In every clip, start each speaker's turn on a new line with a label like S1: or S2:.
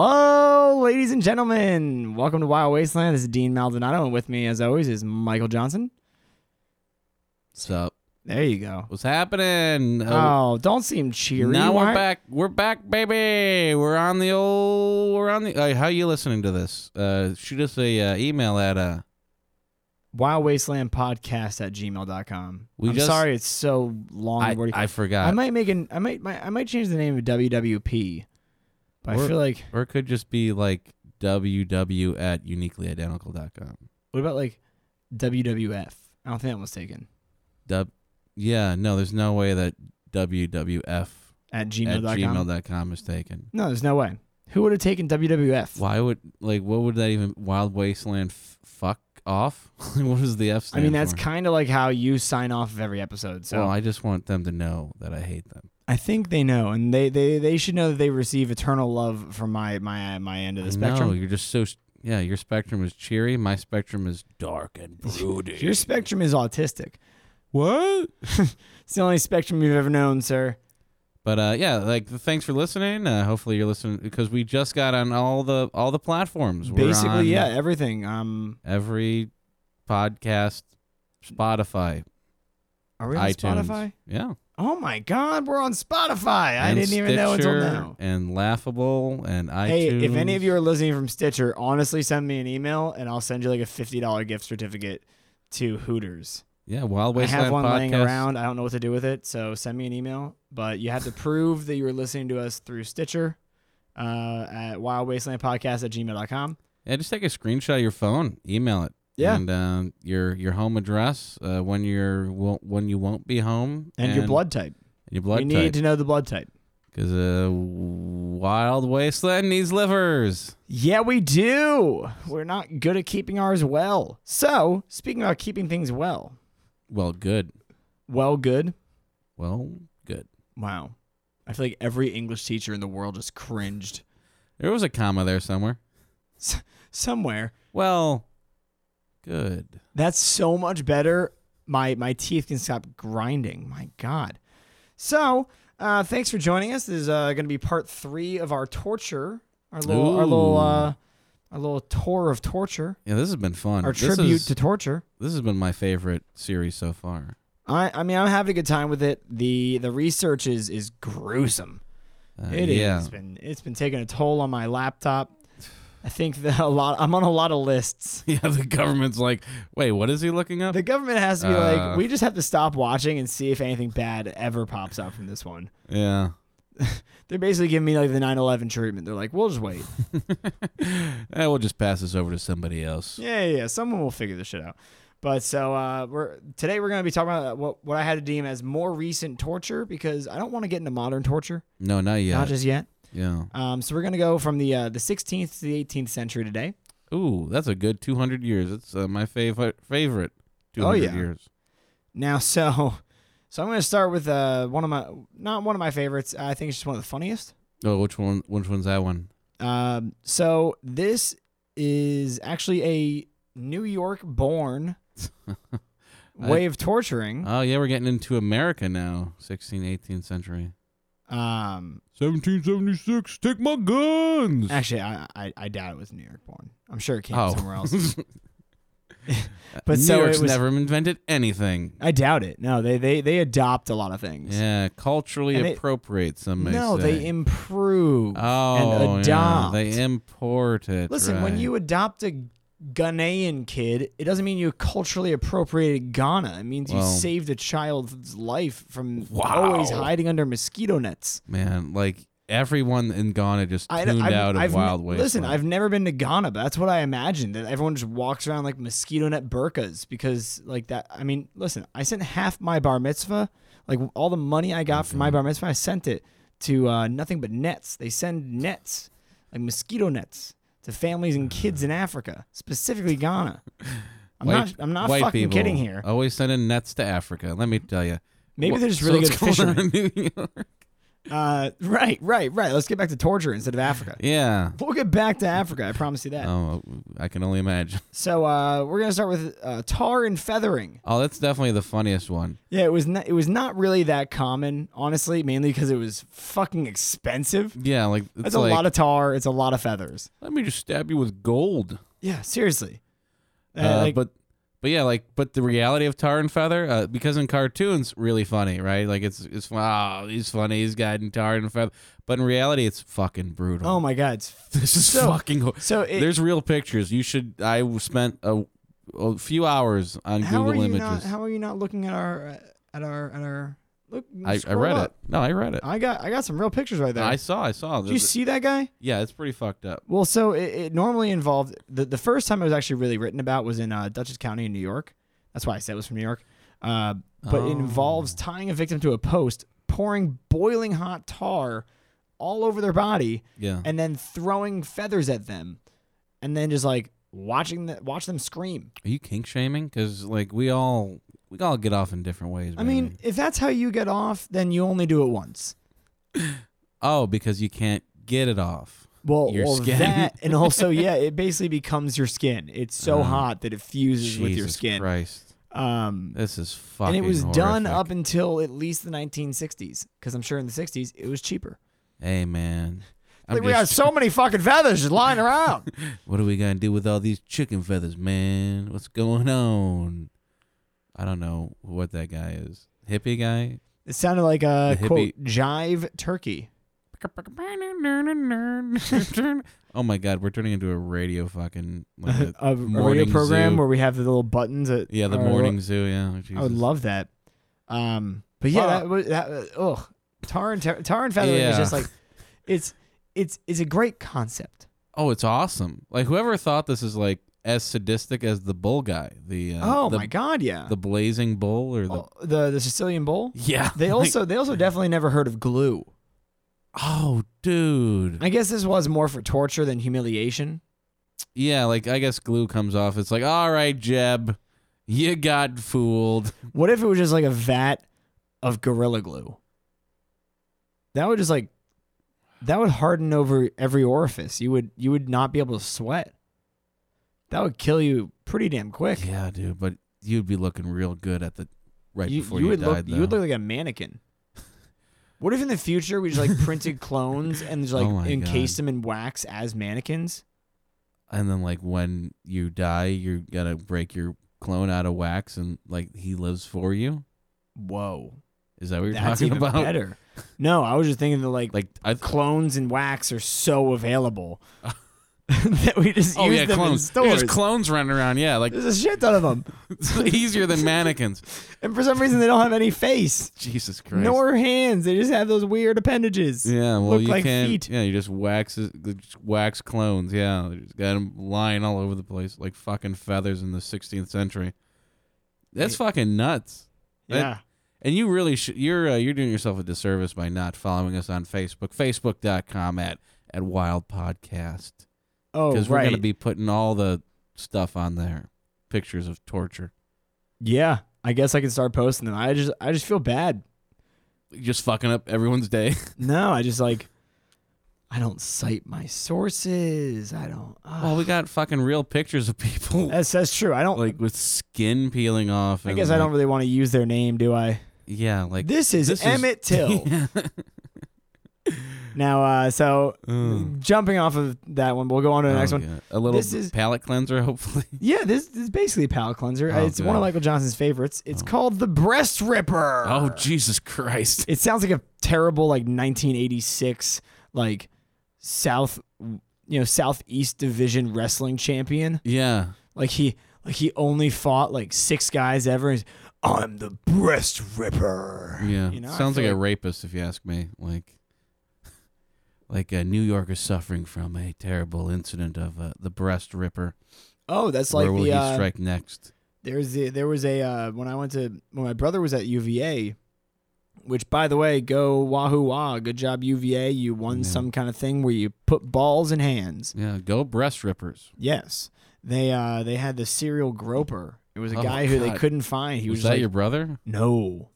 S1: Hello, ladies and gentlemen. Welcome to Wild Wasteland. This is Dean Maldonado, and with me, as always, is Michael Johnson.
S2: What's up?
S1: There you go.
S2: What's happening? Uh,
S1: Oh, don't seem cheery.
S2: now
S1: Why-
S2: we're back. We're back, baby. We're on the old. We're on the. Uh, how you listening to this? Uh, shoot us a uh, email at. Uh,
S1: Wild Wasteland Podcast at gmail.com.
S2: We
S1: I'm
S2: just-
S1: sorry it's so long
S2: I,
S1: and wordy. I,
S2: I forgot.
S1: might make an I might, might I might change the name of WWP. But I
S2: Or-
S1: feel like
S2: or it could just be like ww at uniquelyidentical.com.
S1: what about like WWF? I don't think that was taken.
S2: Dub. Yeah. No, there's no way that wwf
S1: At
S2: at
S1: gmail.com.
S2: gmail.com is taken.
S1: No, there's no way. Who would have taken WWF?
S2: Why would like what would that even Wild Wasteland f- fuck off? what does the F
S1: I
S2: stand
S1: mean, that's
S2: for?
S1: kind of like how you sign off of every episode. So
S2: Well, I just want them to know that I hate them.
S1: I think they know, and they, they, they should know that they receive eternal love from my my my end of the
S2: No,
S1: spectrum.
S2: you're just so. s- Yeah, your spectrum is cheery. My spectrum is dark and broody.
S1: Your spectrum is autistic. What? it's the only spectrum you've ever known, sir.
S2: but uh, yeah, like thanks for listening. Uh, hopefully you're listening because we just got on all the all the platforms. We're
S1: Basically,
S2: on
S1: yeah, everything. Um,
S2: Every podcast, Spotify,
S1: are we on
S2: iTunes.
S1: Spotify?
S2: Yeah,
S1: Oh my God, we're on Spotify. I
S2: and
S1: didn't even know until
S2: Stitcher
S1: now.
S2: And laughable and iTunes.
S1: Hey, if any of you are listening from Stitcher, honestly, send me an email, and I'll send you like a fifty dollar gift certificate to Hooters.
S2: yeah, Wild
S1: I
S2: Wasteland
S1: have one laying
S2: podcast.
S1: around. I don't know what to do with it, so send me an email. But you have to prove that you were listening to us through Stitcher uh, at wildwastelandpodcast at gmail.com.
S2: Yeah, just take a screenshot of your phone, email it.
S1: Yeah.
S2: and um, your your home address uh, when you're won't, when you won't be home,
S1: And, your blood type.
S2: your blood
S1: we
S2: type.
S1: need to know the blood type.
S2: Because uh, Wild Wasteland needs livers.
S1: Yeah, we do. We're not good at keeping ours well. So, speaking about keeping things well,
S2: Well, good.
S1: well, good.
S2: Well, good.
S1: Wow. I feel like every English teacher in the world just cringed
S2: There was a comma there somewhere.
S1: somewhere.
S2: Well, good.
S1: That's so much better. My my teeth can stop grinding. My God. So uh, thanks for joining us. This is uh, going to be part three of our torture, our little our little
S2: Ooh.
S1: uh, our little tour of torture,
S2: Yeah, this has been fun.
S1: our
S2: this
S1: tribute
S2: is-
S1: to torture.
S2: this has been my favorite series so far.
S1: I I mean I'm having a good time with it. the The research is is gruesome.
S2: Uh,
S1: It is.
S2: yeah.
S1: It's been it's been taking a toll on my laptop. I think that a lot. I'm on a lot of lists.
S2: Yeah, the government's like, wait, what is he looking up?
S1: The government has to be
S2: Uh.
S1: like, we just have to stop watching and see if anything bad ever pops up from this one.
S2: yeah.
S1: They're basically giving me like the 9/11 treatment. They're like, we'll just wait.
S2: Eh, we'll just pass this over to somebody else.
S1: yeah, yeah, yeah. Someone will figure this shit out. But so uh, we're today we're gonna be talking about what what I had to deem as more recent torture because I don't want to get into modern torture,
S2: No, not yet.
S1: not just yet.
S2: yeah.
S1: Um, so we're gonna go from the uh, the 16th to the 18th century today.
S2: Ooh, that's a good 200 years. It's uh, my favorite favorite 200
S1: Oh, yeah.
S2: years.
S1: Now, so so I'm gonna start with uh, one of my not one of my favorites. I think it's just one of the funniest.
S2: Oh, which one? Which one's that one?
S1: Um, so this is actually a New York born way of torturing.
S2: Oh yeah, we're getting into America now, 16th, 18th century.
S1: Um,
S2: 1776, take my guns.
S1: actually, I, I I doubt it was New York born. I'm sure it came
S2: oh,
S1: from somewhere else. But
S2: New
S1: so
S2: York's
S1: it was.
S2: never invented anything.
S1: I doubt it. No, they they they adopt a lot of things.
S2: Yeah, culturally
S1: And they-
S2: appropriate. Some may
S1: no,
S2: say.
S1: they improve.
S2: oh, yeah,
S1: adopt.
S2: they import it.
S1: Listen, when
S2: right.
S1: you adopt a Ghanaian kid, it doesn't mean you culturally appropriated Ghana. It means you
S2: Well-
S1: saved a child's life from
S2: Wow.
S1: always hiding under mosquito nets.
S2: man, like everyone in Ghana just
S1: I-
S2: tuned
S1: I've-
S2: out of
S1: I've-
S2: Wild Wasteland.
S1: Listen, I've never been to Ghana, but that's what I imagined. That everyone just walks around like mosquito net burkas because, like that. I mean, listen, I sent half my bar mitzvah, like all the money I got from my bar mitzvah, I sent it to uh, nothing but nets. They send nets, like mosquito nets, to families and kids in Africa, specifically Ghana. I'm not. I'm not
S2: white
S1: fucking
S2: people Uh,
S1: kidding here.
S2: Always sending nets to Africa. Let me tell you.
S1: Maybe they're just really good fishermen.
S2: New York.
S1: Uh, right, right, right. Let's get back to torture instead of Africa.
S2: Yeah.
S1: We'll get back to Africa. I promise you that.
S2: Oh, I can only imagine.
S1: So uh, we're gonna start with uh, tar and feathering.
S2: Oh, that's definitely the funniest one.
S1: Yeah, it was not, it was not really that common, honestly, mainly because it was fucking expensive.
S2: Yeah, like it's
S1: That's
S2: like,
S1: a lot of tar. It's a lot of feathers.
S2: Let me just stab you with gold.
S1: Yeah, seriously. Uh,
S2: Uh,
S1: like-
S2: but but yeah, like but the reality of tar and feather, uh, because in cartoons, really funny, right? Like it's it's wow, he's funny, he's got tar and feather, but in reality, it's fucking brutal.
S1: oh my god, it's
S2: this is
S1: so-
S2: fucking. Ho-
S1: so it,
S2: There's real pictures. You should. I spent a, a few hours on
S1: how
S2: Google
S1: are you
S2: Images.
S1: not how are you not looking at our uh, at our at our look?
S2: I, I
S1: scroll
S2: read
S1: up.
S2: it. No, I read it.
S1: I got I got some real pictures right there.
S2: I saw. I saw.
S1: Did you see that guy?
S2: yeah, it's pretty fucked up.
S1: Well, so it, it normally involved the, the first time it was actually really written about was in uh, Dutchess County in New York. That's why I said it was from New York. Uh, but
S2: Oh.
S1: it involves tying a victim to a post, pouring boiling hot tar all over their body,
S2: Yeah.
S1: and then throwing feathers at them, and then just like watching the, watch them scream.
S2: Are you kink shaming? Because like we all we all get off in different ways.
S1: I mean,
S2: baby.
S1: if that's how you get off, then you only do it once.
S2: oh, because you can't get it off.
S1: Well,
S2: Your
S1: well,
S2: skin.
S1: that and also yeah, it basically becomes your skin. It's so
S2: Oh.
S1: hot that it fuses
S2: Jesus
S1: with your skin.
S2: Christ,
S1: Um,
S2: this is fucking.
S1: and it was done
S2: horrific.
S1: up until at least the 1960s because i'm sure in the 60s it was cheaper
S2: Hey man, I'm
S1: like we got
S2: just-
S1: so many fucking feathers just lying around
S2: what are we gonna do with all these chicken feathers, man? What's going on? I don't know what that guy is. Hippie guy.
S1: it sounded like a
S2: The
S1: quote jive turkey
S2: Oh my god, we're turning into a radio fucking like a,
S1: a, a radio
S2: morning
S1: program
S2: zoo.
S1: where we have the little buttons that
S2: yeah, the
S1: are-
S2: morning zoo. Yeah, oh,
S1: i would
S2: Jesus.
S1: love that um but yeah
S2: Wow.
S1: that was that was- ugh tar and tar, tar and feather is
S2: Yeah.
S1: just like it's it's it's a great concept
S2: Oh, it's awesome! Like whoever thought this is like as sadistic as the bull guy, the uh,
S1: oh
S2: the,
S1: my god yeah
S2: the blazing bull or the
S1: Oh, the the sicilian bowl
S2: yeah.
S1: they
S2: like-
S1: also they also definitely never heard of glue
S2: oh dude
S1: I guess this was more for torture than humiliation.
S2: yeah like I guess glue comes off. It's like all right, Jeb, you got fooled.
S1: What if it was just like a vat of gorilla glue? That would just like that would harden over every orifice. You would you would not be able to sweat. That would kill you pretty damn quick.
S2: Yeah, dude, but you'd be looking real good at the right
S1: you,
S2: before
S1: you
S2: you,
S1: would
S2: died.
S1: look
S2: though.
S1: you would look like a mannequin. What if in the future we just like printed clones and just like
S2: Oh my
S1: encased them in wax as mannequins?
S2: and then like when you die, you gotta break your clone out of wax, and like he lives for you.
S1: Whoa,
S2: Is that what you're
S1: that's
S2: talking
S1: even
S2: about?
S1: better. No, I was just thinking that like
S2: Like I,
S1: clones and wax are so available that we just
S2: oh
S1: use
S2: yeah,
S1: them in
S2: clones.
S1: stores.
S2: There's clones running around. Yeah, like
S1: There's a shit ton of them,
S2: It's easier than mannequins.
S1: and for some reason they don't have any face
S2: Jesus Christ.
S1: nor hands. They just have those weird appendages.
S2: yeah, well
S1: look
S2: you
S1: like
S2: can't.
S1: feet.
S2: Yeah, you just wax just wax clones. Yeah, you just got them lying all over the place like fucking feathers in the 16th century. That's
S1: Hey.
S2: fucking nuts. That-
S1: Yeah.
S2: And you really should. You're uh, you're doing yourself a disservice by not following us on Facebook. Facebook.com at at Wild Podcast
S1: Oh
S2: because we're
S1: right.
S2: gonna be putting all the stuff on there, pictures of torture.
S1: yeah. I guess I can start posting them. I just I just feel bad.
S2: Just fucking up everyone's day.
S1: No, I just like I don't cite my sources. I don't. Uh,
S2: well, we got fucking real pictures of people
S1: that's that's true. I don't.
S2: like with skin peeling off.
S1: I
S2: and,
S1: guess I don't
S2: like-
S1: really want to use their name, do I?
S2: yeah, like
S1: This is
S2: this is-
S1: Emmett Till. now, uh, so
S2: Mm.
S1: jumping off of that one, we'll go on to the next
S2: Oh,
S1: one.
S2: yeah. A little
S1: This is-
S2: palate cleanser, hopefully.
S1: Yeah, this, this is basically a palate cleanser.
S2: Oh,
S1: it's one of
S2: good.
S1: Michael Johnson's favorites. It's called the Breast Ripper.
S2: oh Jesus Christ!
S1: it sounds like a terrible like 1986 like South you know Southeast Division wrestling champion.
S2: Yeah,
S1: Like he like he only fought like six guys ever. He's, I'm the Breast Ripper.
S2: yeah.
S1: You know, I
S2: Sounds
S1: feel
S2: like a
S1: like-
S2: rapist, if you ask me. Like, like uh, New York is suffering from a terrible incident of uh, the breast ripper.
S1: Oh, that's like
S2: Where will
S1: the
S2: he
S1: uh,
S2: strike next?
S1: There's the, there was a uh, when I went to when my brother was at UVA, which by the way, go wahoo wah, good job UVA, you won
S2: Yeah.
S1: some kind of thing where you put balls in hands.
S2: Yeah, go breast rippers.
S1: Yes, they uh they had the serial groper. It was a
S2: Oh,
S1: guy who they
S2: God.
S1: couldn't find. He was,
S2: was
S1: just
S2: that
S1: like,
S2: your brother?
S1: no,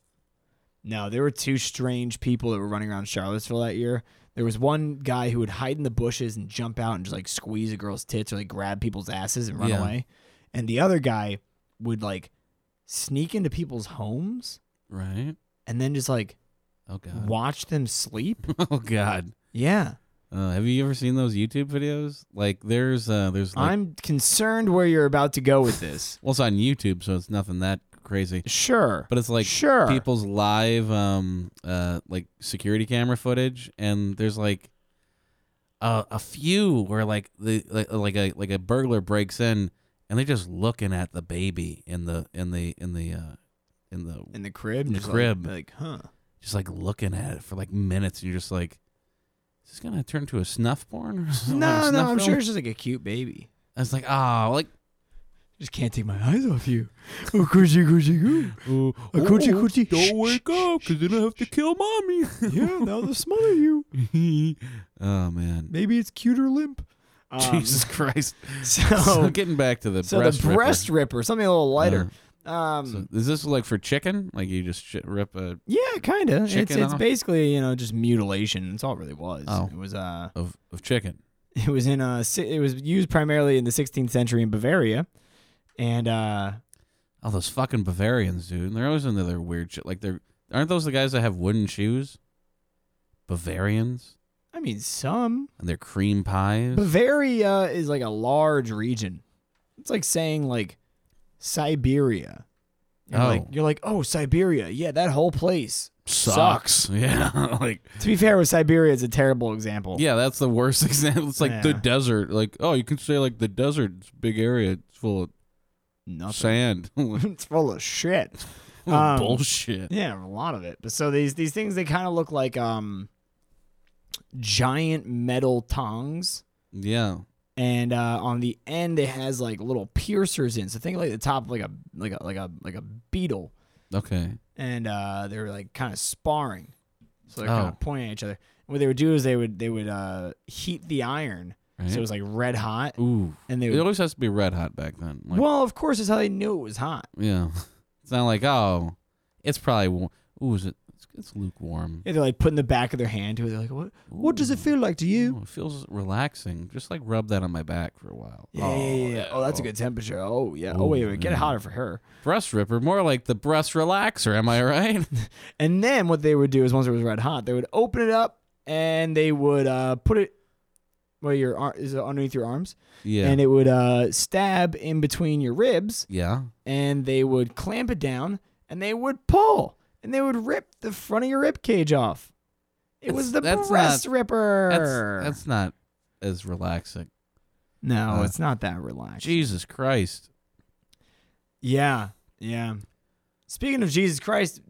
S1: No, there were two strange people that were running around Charlottesville that year. There was one guy who would hide in the bushes and jump out and just like squeeze a girl's tits or like grab people's asses and run
S2: Yeah.
S1: away. And the other guy would like sneak into people's homes
S2: Right?
S1: and then just like
S2: Oh god.
S1: watch them sleep.
S2: Oh god.
S1: yeah.
S2: Uh, have you ever seen those YouTube videos? Like there's uh there's like
S1: I'm concerned where you're about to go with this.
S2: well it's on YouTube, so it's nothing that crazy.
S1: Sure.
S2: But it's like
S1: sure.
S2: people's live um uh like security camera footage and there's like a, a few where like the like, like a like a burglar breaks in and they're just looking at the baby in the in the in the uh in the
S1: in the crib.
S2: In the
S1: just, like-
S2: crib.
S1: Like, huh.
S2: just like looking at it for like minutes and you're just like is this gonna turn to a snuff porn or something? Or
S1: No,
S2: a
S1: no,
S2: snuff
S1: I'm
S2: film?
S1: sure it's just like a cute baby.
S2: I was like, oh, like
S1: Just can't take my eyes off you. Oh, coochie, coochie, goo.
S2: oh,
S1: A Uh, coochie, coochie.
S2: Don't wake up, cause then I have to kill
S1: Yeah, now they'll smother you.
S2: mommy. oh man,
S1: Maybe it's cuter limp. Um,
S2: Jesus Christ. so
S1: So,
S2: getting back to the
S1: so
S2: breast
S1: the breast
S2: ripper.
S1: ripper. something a little lighter. um,
S2: Uh, so is this like for chicken? Like you just shit rip a
S1: yeah, kind of. It's,
S2: Chicken
S1: it's
S2: off.
S1: basically you know just mutilation. That's all it really was.
S2: Oh.
S1: It was uh,
S2: of of chicken?
S1: it was in uh, si- it was used primarily in the 16th century in Bavaria, and uh,
S2: All those fucking Bavarians, dude. They're always into their weird shit. Like they're aren't those the guys that have wooden shoes? Bavarians
S1: I mean some
S2: and their cream pies.
S1: Bavaria is like a large region. It's like saying like Siberia. You're
S2: Oh.
S1: like you're like, oh Siberia, yeah, that whole place.
S2: sucks. Yeah, like
S1: To be fair with Siberia is a terrible example.
S2: yeah, that's the worst example. It's like the
S1: Yeah.
S2: desert. Like oh, you can say like the desert, it's a big area, it's full of
S1: Nothing.
S2: sand, oh,
S1: it's full of shit. Um,
S2: bullshit.
S1: Yeah, a lot of it. But so these these things they kind of look like um giant metal tongs.
S2: Yeah,
S1: And uh, on the end, it has like little piercers in. So think like the top, of like a like a like a like a beetle.
S2: okay.
S1: and uh, they were like kind of sparring, so they're
S2: Oh.
S1: kind of pointing at each other. What they would do is they would they would uh, heat the iron,
S2: Right?
S1: so it was like red hot,
S2: Ooh,
S1: and they
S2: it
S1: would,
S2: always has to be red hot back then. Like,
S1: well, of course, is how they knew it was hot.
S2: yeah, it's not like oh, it's probably warm. Ooh, is it? It's, it's lukewarm.
S1: Yeah, they're like putting the back of their hand to it. They're like, what What does it
S2: Ooh.
S1: feel like to you?
S2: Ooh, it feels relaxing. Just like rub that on my back for a while.
S1: Yeah, yeah, yeah, yeah. Oh, that's a good temperature. Oh, yeah. Oh,
S2: Ooh,
S1: wait, wait. Get it
S2: yeah.
S1: hotter for her.
S2: breast ripper. More like the breast relaxer. Am I right?
S1: And then what they would do is once it was red hot, they would open it up and they would uh, put it where your arm is it underneath your arms,
S2: yeah.
S1: and it would uh, stab in between your ribs,
S2: yeah.
S1: and they would clamp it down and they would pull and they would rip the front of your rib cage off. It was the
S2: That's- that's
S1: breast ripper.
S2: That's that's not as relaxing.
S1: no,
S2: uh,
S1: it's not that relaxed.
S2: Jesus Christ.
S1: yeah, yeah. Speaking of Jesus Christ,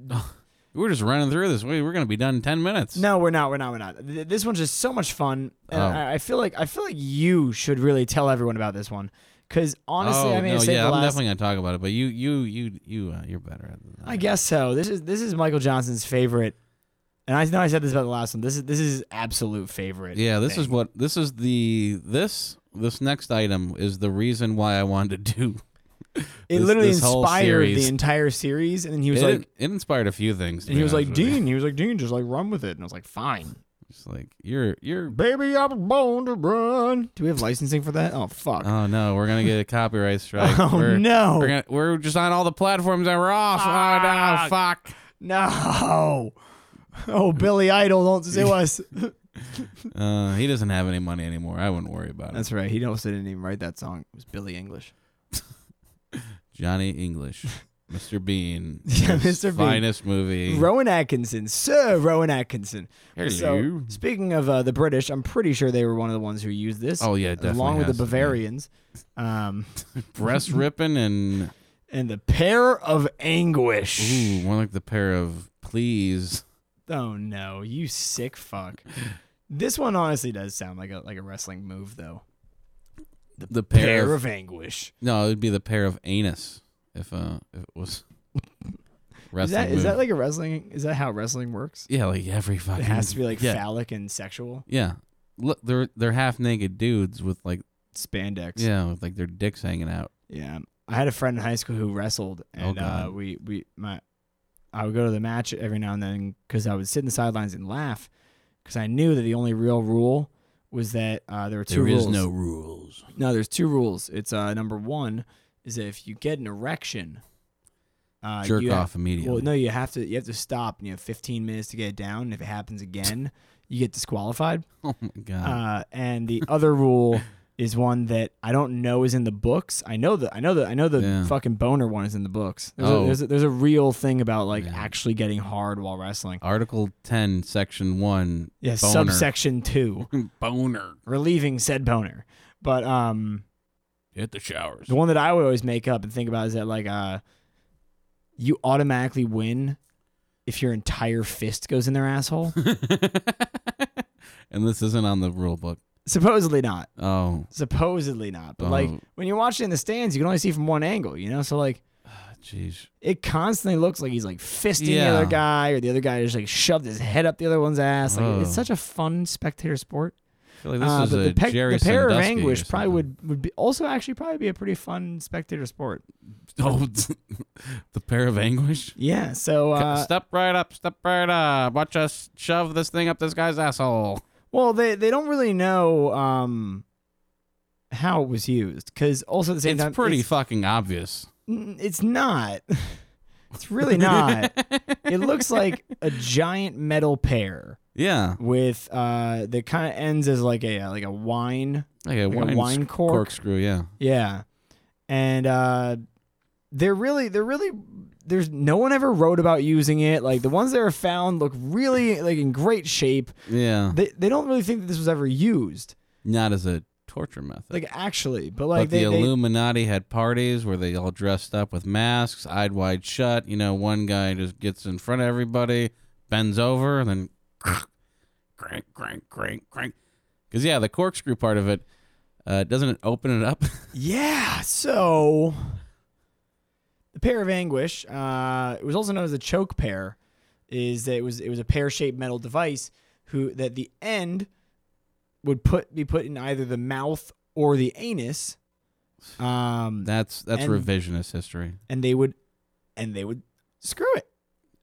S2: We're just running through this. We we're gonna be done in ten minutes.
S1: no, we're not. We're not. We're not. Th- This one's just so much fun, and
S2: Oh.
S1: I, I feel like I feel like you should really tell everyone about this one, because honestly,
S2: oh,
S1: I mean,
S2: no,
S1: it's
S2: yeah,
S1: the
S2: I'm
S1: last.
S2: definitely gonna talk about it. But you, you, you, you, uh, you're better at it. than
S1: I guess so. This is this is Michael Johnson's favorite, and I know I said this about the last one. This is this is his absolute favorite.
S2: Yeah, this is
S1: thing.
S2: what this is the this this next item is the reason why I wanted to do.
S1: It
S2: this-
S1: literally
S2: this whole
S1: inspired the
S2: series.
S1: entire series, and then he was
S2: it,
S1: like,
S2: it inspired a few things. to
S1: and he
S2: be
S1: was like,
S2: honest with you.
S1: Dean, he was like, Dean, just like run with it, and I was like, fine,
S2: Just like you're you're.
S1: baby, I was born to run. Do we have licensing for that? Oh fuck.
S2: Oh no, we're gonna get a copyright strike.
S1: oh
S2: we're,
S1: no,
S2: We're, gonna, we're just on all the platforms that we're off. Oh no, fuck.
S1: no. Oh, Billy Idol, don't sue us.
S2: Uh, he doesn't have any money anymore. I wouldn't worry about it.
S1: That's right. He also didn't even write that song. It was Billy English.
S2: Johnny English, Mr. Bean,
S1: Yeah,
S2: his
S1: Mr. Bean.
S2: finest movie.
S1: Rowan Atkinson, Sir Rowan Atkinson. So,
S2: Hello.
S1: speaking of uh, the British, I'm pretty sure they were one of the ones who used this.
S2: oh yeah, definitely
S1: along with the
S2: has to be.
S1: Bavarians. Um,
S2: breast ripping and
S1: and the pair of anguish.
S2: ooh, more like the pair of please.
S1: Oh no, you sick fuck. This one honestly does sound like a like a wrestling move though.
S2: The pair,
S1: Pair of
S2: of,
S1: anguish.
S2: no, it'd be the pair of anus if uh if it was wrestling.
S1: Is that is
S2: move.
S1: that like a wrestling is that how wrestling works?
S2: yeah, like every fucking
S1: It has to be like
S2: yeah,
S1: phallic and sexual.
S2: yeah. Look, they're they're half naked dudes with like
S1: Spandex.
S2: yeah with like their dicks hanging out. Oh,
S1: Yeah. I had a friend in high school who wrestled and uh,
S2: God.
S1: we, we my I would go to the match every now and then because I would sit in the sidelines and laugh because I knew that the only real rule was that uh, there were two
S2: There is
S1: rules.
S2: no rules.
S1: No, there's two rules. It's uh, number one is that if you get an erection, uh,
S2: Jerk
S1: you
S2: off
S1: have-
S2: immediately.
S1: well, no, you have to you have to stop and you have 15 minutes to get it down. And if it happens again, you get disqualified.
S2: Oh my god.
S1: Uh, and the other rule is one that I don't know is in the books. I know that I know that I know the
S2: Yeah.
S1: fucking boner one is in the books. There's,
S2: Oh.
S1: a, there's, a, there's a real thing about like
S2: Yeah.
S1: actually getting hard while wrestling.
S2: Article ten, section one.
S1: Yeah,
S2: boner.
S1: subsection two,
S2: boner.
S1: relieving said boner. But um,
S2: Hit the showers.
S1: The one that I would always make up and think about is that like uh you automatically win if your entire fist goes in their asshole.
S2: and this isn't on the rule book.
S1: Supposedly not.
S2: Oh,
S1: Supposedly not. But like
S2: Oh.
S1: when you're watching in the stands, you can only see from one angle, you know? So like
S2: jeez.
S1: it constantly looks like he's like fisting
S2: Yeah.
S1: the other guy or the other guy just like shoved his head up the other one's ass. Like
S2: Oh.
S1: it's such a fun spectator sport.
S2: I feel like this
S1: Uh,
S2: is
S1: but
S2: a
S1: the, pe-
S2: Jerry
S1: the pair of
S2: Sandusky or
S1: anguish probably
S2: something.
S1: would, would be also actually probably be a pretty fun spectator sport.
S2: Oh, the pair of anguish.
S1: Yeah. So
S2: Cut-
S1: uh,
S2: step right up, step right up. Watch us shove this thing up this guy's asshole.
S1: Well, they they don't really know um how it was used because also at the same
S2: It's
S1: time
S2: pretty fucking obvious.
S1: n- It's not. It's really not. it looks like a giant metal pair
S2: Yeah,
S1: with uh that kind of ends as like a like a wine
S2: like a
S1: like
S2: wine,
S1: a wine
S2: sc-
S1: cork.
S2: corkscrew. Yeah,
S1: Yeah, and uh they're really they're really. There's no one ever wrote about using it. Like the ones that are found look really like in great shape.
S2: yeah.
S1: They they don't really think that this was ever used.
S2: Not as a torture method.
S1: Like actually, but like
S2: but
S1: they,
S2: the
S1: they,
S2: Illuminati had parties where they all dressed up with masks, eyed wide shut. You know, one guy just gets in front of everybody, bends over, and then crank, crank, crank, crank. Because yeah, the corkscrew part of it uh, doesn't it open it up.
S1: Yeah, so the pair of anguish, uh, it was also known as the choke pair, is that it was it was a pear-shaped metal device who that the end would put be put in either the mouth or the anus, um,
S2: that's that's
S1: And-
S2: revisionist history.
S1: and they would and they would screw it,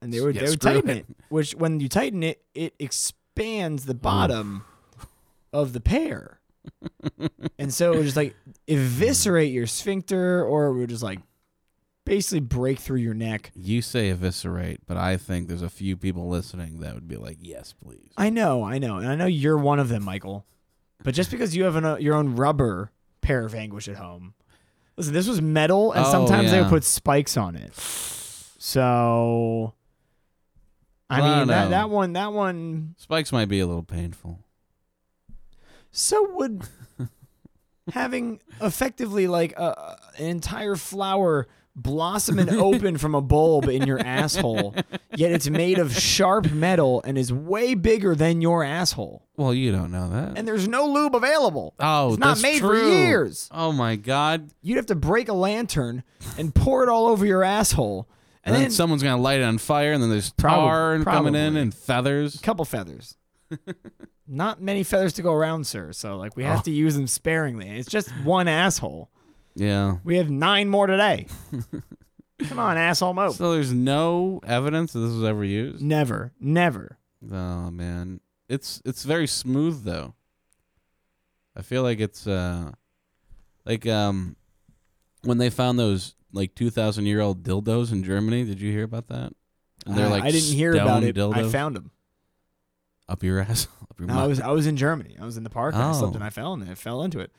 S1: and they would,
S2: Yeah,
S1: they would
S2: screw
S1: tighten
S2: it. Mm.
S1: it. which when you tighten it, it expands the bottom of the pear. and so it would just like eviscerate your sphincter or it would just like basically break through your neck.
S2: You say eviscerate, but I think there's a few people listening that would be like, yes, please.
S1: I know, I know. And I know you're one of them, Michael. But just because you have an, uh, your own rubber pair of anguish at home. Listen, this was metal and
S2: Oh,
S1: sometimes they
S2: yeah.
S1: would put spikes on it. So I
S2: Well, I
S1: mean
S2: don't
S1: that,
S2: know.
S1: that one that one
S2: Spikes might be a little painful.
S1: So would having effectively like a, an entire flower blossom and open from a bulb in your asshole, yet it's made of sharp metal and is way bigger than your asshole.
S2: Well, you don't know that.
S1: And there's no lube available.
S2: oh,
S1: it's not
S2: that's
S1: made for
S2: true.
S1: years.
S2: Oh my God.
S1: You'd have to break a lantern and pour it all over your asshole, and
S2: And then,
S1: then a
S2: somene's gonna light it on fire, and then there's
S1: Probably-
S2: tar and coming in
S1: probably.
S2: and feathers.
S1: couple feathers. Not many feathers to go around, sir. So like we
S2: Oh.
S1: have to use them sparingly. It's just one asshole.
S2: Yeah.
S1: We have nine more today. Come on, asshole mope.
S2: So there's no evidence that this was ever used.
S1: never, never.
S2: Oh man, it's it's very smooth though. I feel like it's uh, like um, when they found those like two thousand year old dildos in Germany. Did you hear about that? And
S1: I- I didn't hear about
S2: stone
S1: it. I
S2: dildos.
S1: found them.
S2: up your ass, up your
S1: I
S2: mouth.
S1: was I was in Germany. I was in the park. And I
S2: Oh.
S1: slipped and I fell and I fell into it.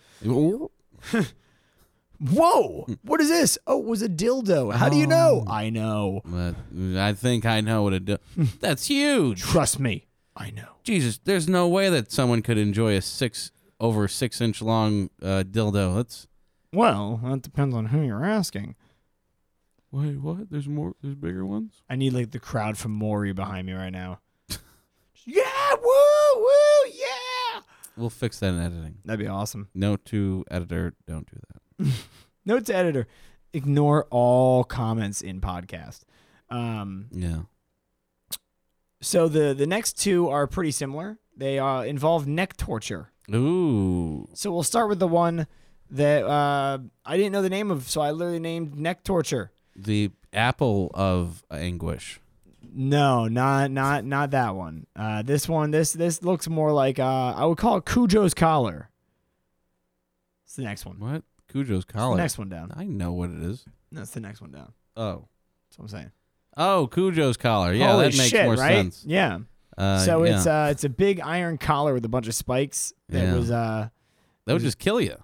S1: Whoa! What is this? Oh, it was a dildo. How do you
S2: Oh.
S1: know? I know.
S2: But I think I know what it do. That's huge.
S1: Trust me. I know.
S2: Jesus, there's no way that someone could enjoy a six over six inch long uh, dildo. That's
S1: Well, that depends on who you're asking.
S2: wait, what? There's more. There's bigger ones.
S1: I need like the crowd from Maury behind me right now. yeah! Woo! Woo! Yeah!
S2: We'll fix that in editing.
S1: That'd be awesome.
S2: Note to editor: Don't do that.
S1: Note to editor: ignore all comments in podcast. Um,
S2: Yeah.
S1: so the the next two are pretty similar. They uh, involve neck torture.
S2: Ooh.
S1: So we'll start with the one that uh, I didn't know the name of, so I literally named neck torture.
S2: The apple of anguish.
S1: No, not not not that one. Uh, this one, this this looks more like uh, I would call it Cujo's collar. It's the next one.
S2: What? Cujo's
S1: It's
S2: collar.
S1: the next one down.
S2: I know what it is.
S1: No, it's the next one down.
S2: Oh.
S1: That's what I'm saying.
S2: Oh, Cujo's collar. Yeah,
S1: Holy
S2: that makes
S1: shit,
S2: more
S1: right?
S2: sense.
S1: Yeah.
S2: Uh,
S1: so
S2: yeah.
S1: it's uh it's a big iron collar with a bunch of spikes that
S2: Yeah.
S1: was uh
S2: that would just kill you.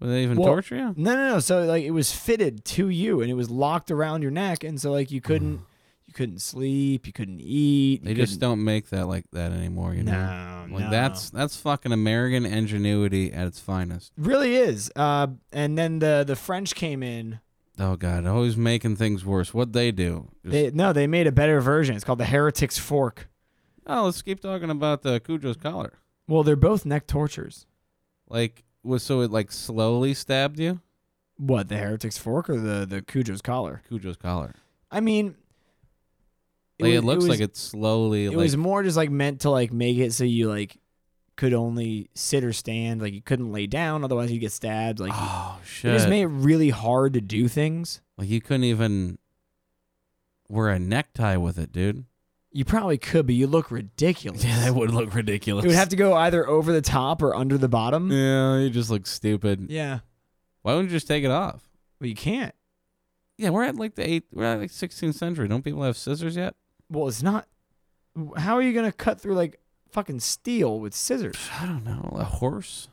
S2: Would they even
S1: Well-
S2: torture you?
S1: no no no so like it was fitted to you and it was locked around your neck and so like you couldn't you couldn't sleep you couldn't eat you
S2: They just
S1: couldn't-
S2: don't make that like that anymore. You know,
S1: no
S2: like
S1: no.
S2: that's that's fucking American ingenuity at its finest.
S1: really is uh and then the the French came in
S2: Oh god, always making things worse. What they do? Just-
S1: they no they made a better version it's called the Heretic's Fork
S2: oh, let's keep talking about the Cujo's collar.
S1: well they're both neck tortures
S2: Like was so it like slowly stabbed you?
S1: what the Heretic's Fork or the the Cujo's collar
S2: Cujo's collar.
S1: I mean
S2: Like it,
S1: wa-
S2: looks
S1: was-
S2: like it's slowly
S1: it
S2: like
S1: was more just like meant to like make it so you like could only sit or stand like you couldn't lay down otherwise you'd get stabbed like
S2: oh
S1: it
S2: shit.
S1: just made it really hard to do things
S2: like you couldn't even wear a necktie with it, dude.
S1: you probably could but you look ridiculous
S2: would look ridiculous.
S1: it would have to go either over the top or under the bottom
S2: Yeah, you just look stupid.
S1: yeah
S2: Why wouldn't you just take it off?
S1: but you can't
S2: Yeah, we're at like the eighth, we're at like 16th century. Don't people have scissors yet?
S1: well it's not how are you gonna cut through like fucking steel with scissors
S2: I don't know. A horse?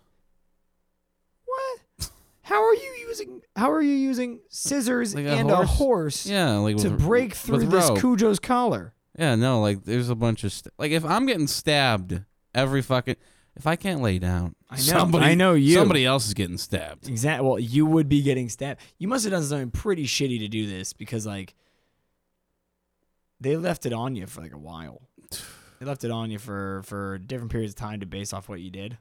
S1: what how are you using how are you using scissors
S2: Like a
S1: and
S2: horse?
S1: a horse
S2: Yeah, like
S1: to
S2: with-
S1: break
S2: with
S1: through this
S2: rope.
S1: cujo's collar
S2: Yeah, no, like there's a bunch of st- like if I'm getting stabbed every fucking if I can't lay down,
S1: I know.
S2: Somebody,
S1: I know you.
S2: Somebody else is getting stabbed.
S1: Exactly. Well, you would be getting stabbed. You must have done something pretty shitty to do this because, like, they left it on you for like a while. They left it on you for for different periods of time to base off what you did.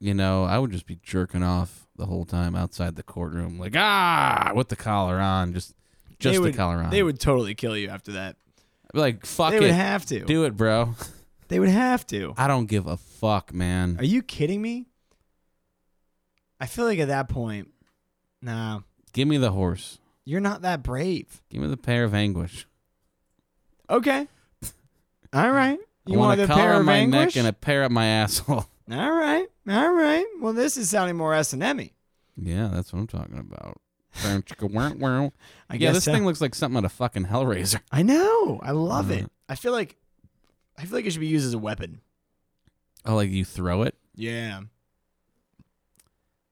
S2: You know, I would just be jerking off the whole time outside the courtroom, like ah, with the collar on, just just
S1: They
S2: the
S1: would-
S2: collar on.
S1: They would totally kill you after that.
S2: I'd be like, Uh-huh. fuck
S1: they would
S2: it,
S1: have to.
S2: do it, bro.
S1: They would have to.
S2: I don't give a fuck, man.
S1: Are you kidding me? I feel like at that point, nah,
S2: Give me the horse.
S1: you're not that brave.
S2: Give me the pair of anguish.
S1: Okay. All right. You
S2: I want
S1: the
S2: a collar
S1: pair
S2: on
S1: of
S2: my
S1: anguish?
S2: neck and a pair up my asshole.
S1: All right. All right. Well, this is sounding more S and M.
S2: yeah, that's what I'm talking about. yeah,
S1: I guess
S2: this
S1: so.
S2: thing looks like something out of fucking Hellraiser.
S1: I know. I love
S2: Uh,
S1: it. I feel like I feel like it should be used as a weapon.
S2: Oh, like you throw it?
S1: Yeah.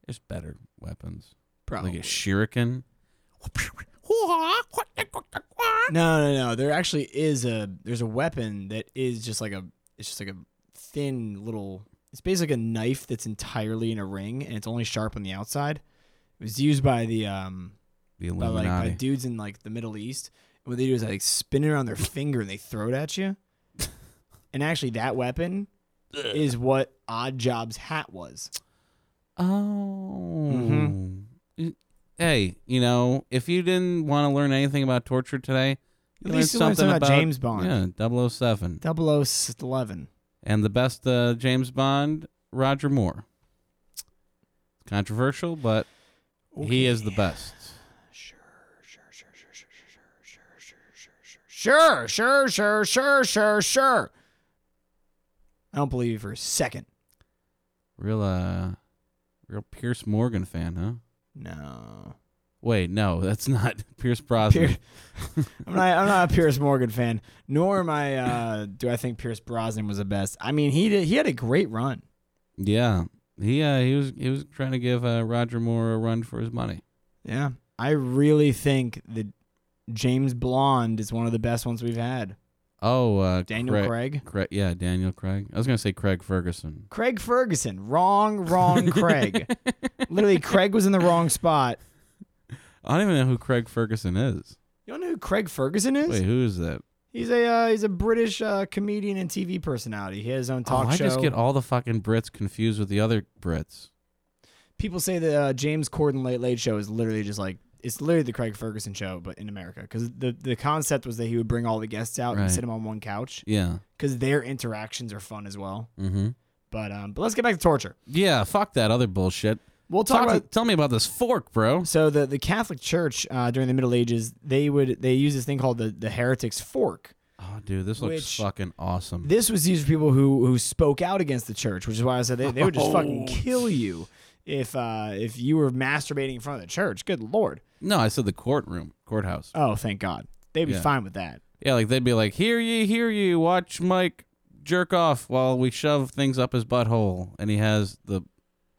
S2: There's better weapons.
S1: Probably.
S2: Like a shuriken.
S1: no, no, no. There actually is a there's a weapon that is just like a it's just like a thin little it's basically a knife that's entirely in a ring and it's only sharp on the outside. It was used by the um
S2: The
S1: by like by
S2: Illuminati.
S1: dudes in like the Middle East. And what they do is they like spin it around their finger and they throw it at you. and actually that weapon is what Odd Job's hat was.
S2: oh.
S1: Mm-hmm.
S2: Y- Hey, you know, if you didn't want to learn anything about torture today,
S1: At least you learned something about James Bond.
S2: Yeah, 007.
S1: Double O eleven.
S2: And the best uh, James Bond, Roger Moore. Controversial, but he is the best.
S1: Sure, sure, sure, sure, sure, sure, sure, sure, sure, sure, sure, sure, sure, sure, sure. I don't believe you for a second.
S2: Real uh real Pierce Morgan fan, huh?
S1: No.
S2: Wait, no, that's not Pierce Brosnan.
S1: Pier- I'm not. I'm not a Pierce Morgan fan. Nor am I. Uh, do I think Pierce Brosnan was the best? I mean, he did. He had a great run.
S2: Yeah. He uh, he was he was trying to give uh, Roger Moore a run for his money.
S1: Yeah. I really think that James Blonde is one of the best ones we've had.
S2: Oh, uh,
S1: Daniel
S2: Craig,
S1: Craig.
S2: Craig- yeah, Daniel Craig. I was gonna say Craig Ferguson.
S1: Craig Ferguson. Wrong, wrong Craig. Literally, Craig was in the wrong spot.
S2: I don't even know who Craig Ferguson is.
S1: You don't know who Craig Ferguson is?
S2: Wait, who is that?
S1: He's a uh, he's a British uh, comedian and TV personality. He has his own talk
S2: oh,
S1: show.
S2: I just get all the fucking Brits confused with the other Brits.
S1: People say the uh, James Corden Late Late Show is literally just like it's literally the Craig Ferguson show, but in America, because the the concept was that he would bring all the guests out
S2: Right.
S1: and sit them on one couch
S2: Yeah.
S1: because their interactions are fun as well.
S2: Mm-hmm.
S1: But um, but let's get back to torture.
S2: Yeah. Fuck that other bullshit.
S1: We'll talk about
S2: tell me about this fork, bro.
S1: So the, the Catholic Church uh, during the Middle Ages, they would they use this thing called the, the heretic's fork.
S2: Oh, dude, this looks
S1: Which-
S2: fucking awesome.
S1: This was these people who who spoke out against the church, which is why I said they, they would just fucking
S2: Oh.
S1: kill you if uh, if you were masturbating in front of the church. Good lord!
S2: no, I said the courtroom, courthouse.
S1: Oh, thank God, they'd be
S2: Yeah.
S1: fine with that.
S2: Yeah, like they'd be like, "Hear ye, hear ye! Watch Mike jerk off while we shove things up his butthole," and he has the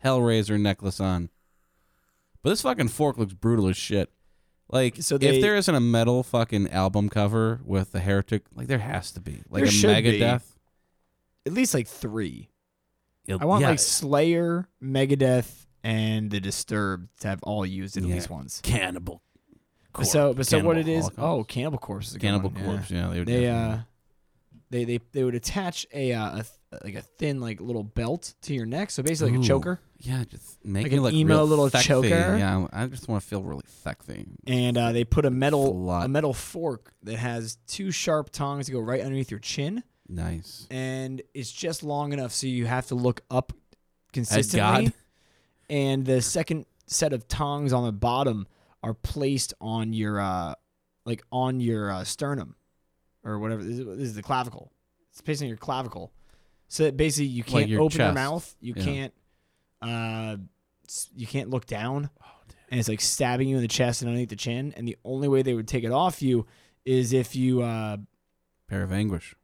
S2: Hellraiser necklace on. But this fucking fork looks brutal as shit. Like,
S1: So
S2: if
S1: they-
S2: there isn't a metal fucking album cover with the heretic, like there has to be, like
S1: There
S2: a
S1: should
S2: Megadeth.
S1: At least like three.
S2: It-
S1: I want
S2: yeah,
S1: like Slayer, Megadeth, and The Disturbed to have all used it at
S2: Yeah.
S1: least once.
S2: Cannibal. Corp-
S1: so, but so what it
S2: Cannibal
S1: is? Oh,
S2: Holocaust.
S1: Cannibal Corpse is a good
S2: Cannibal
S1: one, yeah.
S2: Corpse. Yeah, they would
S1: They
S2: definitely-
S1: uh, they they they would attach a uh, a th- like a thin like little belt to your neck, so basically like
S2: Ooh.
S1: a choker.
S2: yeah, just make
S1: like
S2: me
S1: an
S2: look
S1: emo
S2: real
S1: little
S2: sexy.
S1: choker.
S2: Yeah, I I just want to feel really sexy.
S1: and uh, they put a metal
S2: Fly.
S1: a metal fork that has two sharp tongs to go right underneath your chin,
S2: Nice.
S1: and it's just long enough so you have to look up consistently. And the second set of tongs on the bottom are placed on your uh, like on your uh, sternum or whatever. This is, this is the clavicle. It's placed on your clavicle, so that basically you can't
S2: your
S1: open your
S2: chest.
S1: mouth. You
S2: Yeah.
S1: can't. Uh, s- you can't look down
S2: Oh, dude.
S1: and it's like stabbing you in the chest and underneath the chin. And the only way they would take it off you is if you uh,
S2: Pair of anguish.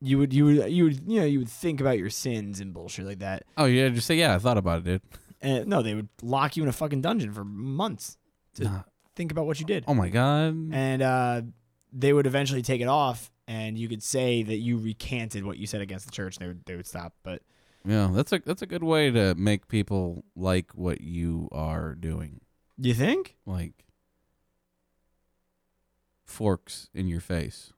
S1: you would you would you would you know you would think about your sins and bullshit like that.
S2: Oh yeah, just say yeah. I thought about it, dude.
S1: And no, they would lock you in a fucking dungeon for months. To-
S2: Nah.
S1: Think about what you did,
S2: Oh my god.
S1: and uh, they would eventually take it off, and you could say that you recanted what you said against the church. And they would they would stop, but
S2: Yeah, that's a that's a good way to make people like what you are doing.
S1: you think?
S2: Like forks in your face.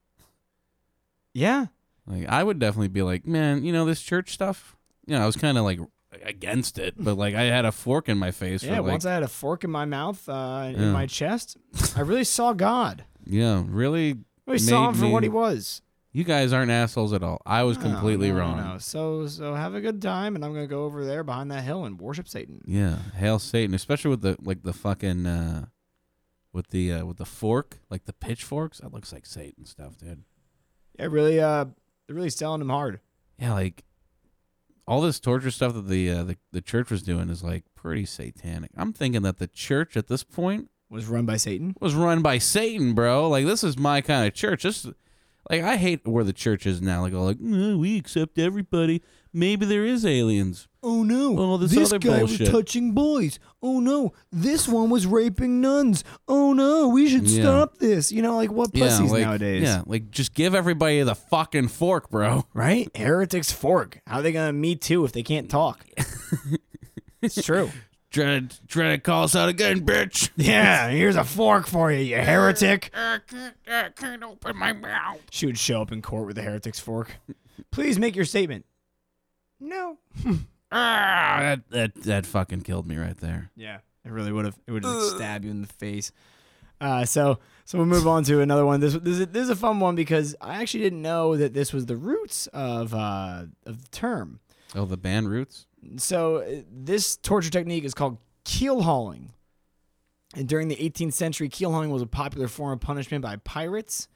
S1: Yeah,
S2: Like I would definitely be like, man, you know this church stuff. You know, I was kind of like against it, but like I had a fork in my face.
S1: yeah.
S2: for, like,
S1: once I had a fork in my mouth, uh, in
S2: Yeah.
S1: my chest, I really saw God.
S2: yeah, really,
S1: I really saw
S2: Made
S1: him for what
S2: me-
S1: he was.
S2: you guys aren't assholes at all. I was
S1: No,
S2: completely
S1: no, no,
S2: wrong.
S1: no. So so have a good time, and I'm gonna go over there behind that hill and worship Satan.
S2: Yeah, hail Satan, especially with the like the fucking uh with the uh with the fork, like the pitchforks. That looks like Satan stuff, dude.
S1: Yeah, really uh, they're really selling him hard.
S2: Yeah, like all this torture stuff that the uh, the, the church was doing is like pretty satanic. I'm thinking that the church at this point
S1: Was run by Satan.
S2: was run by Satan, bro. Like this is my kind of church. This like I hate where the church is now. Like all like "Mm, we accept everybody. Maybe there is aliens.
S1: Oh no!
S2: All this This other guy was bullshit.
S1: touching boys. Oh no! This one was raping nuns. Oh no! We should
S2: Yeah. stop
S1: this. You know, like what
S2: yeah, like, Yeah, like just give everybody the fucking fork, bro.
S1: Right? Heretics fork. How are they gonna meet too if they can't talk? it's true.
S2: Dread, Dread calls out again, bitch.
S1: Yeah, here's a fork for you, you heretic.
S2: I can't, I can't open my mouth.
S1: She would show up in court with a heretic's fork. Please make your statement. No.
S2: Ah, that, that that fucking killed me right there.
S1: Yeah, it really would have. It would have like, stabbed you in the face. Uh, so so we'll move on to another one. This this is, this is a fun one because I actually didn't know that this was the roots of uh, of the term.
S2: Oh, the band roots.
S1: So uh, this torture technique is called keel hauling. And during the 18th century, keel hauling was a popular form of punishment by pirates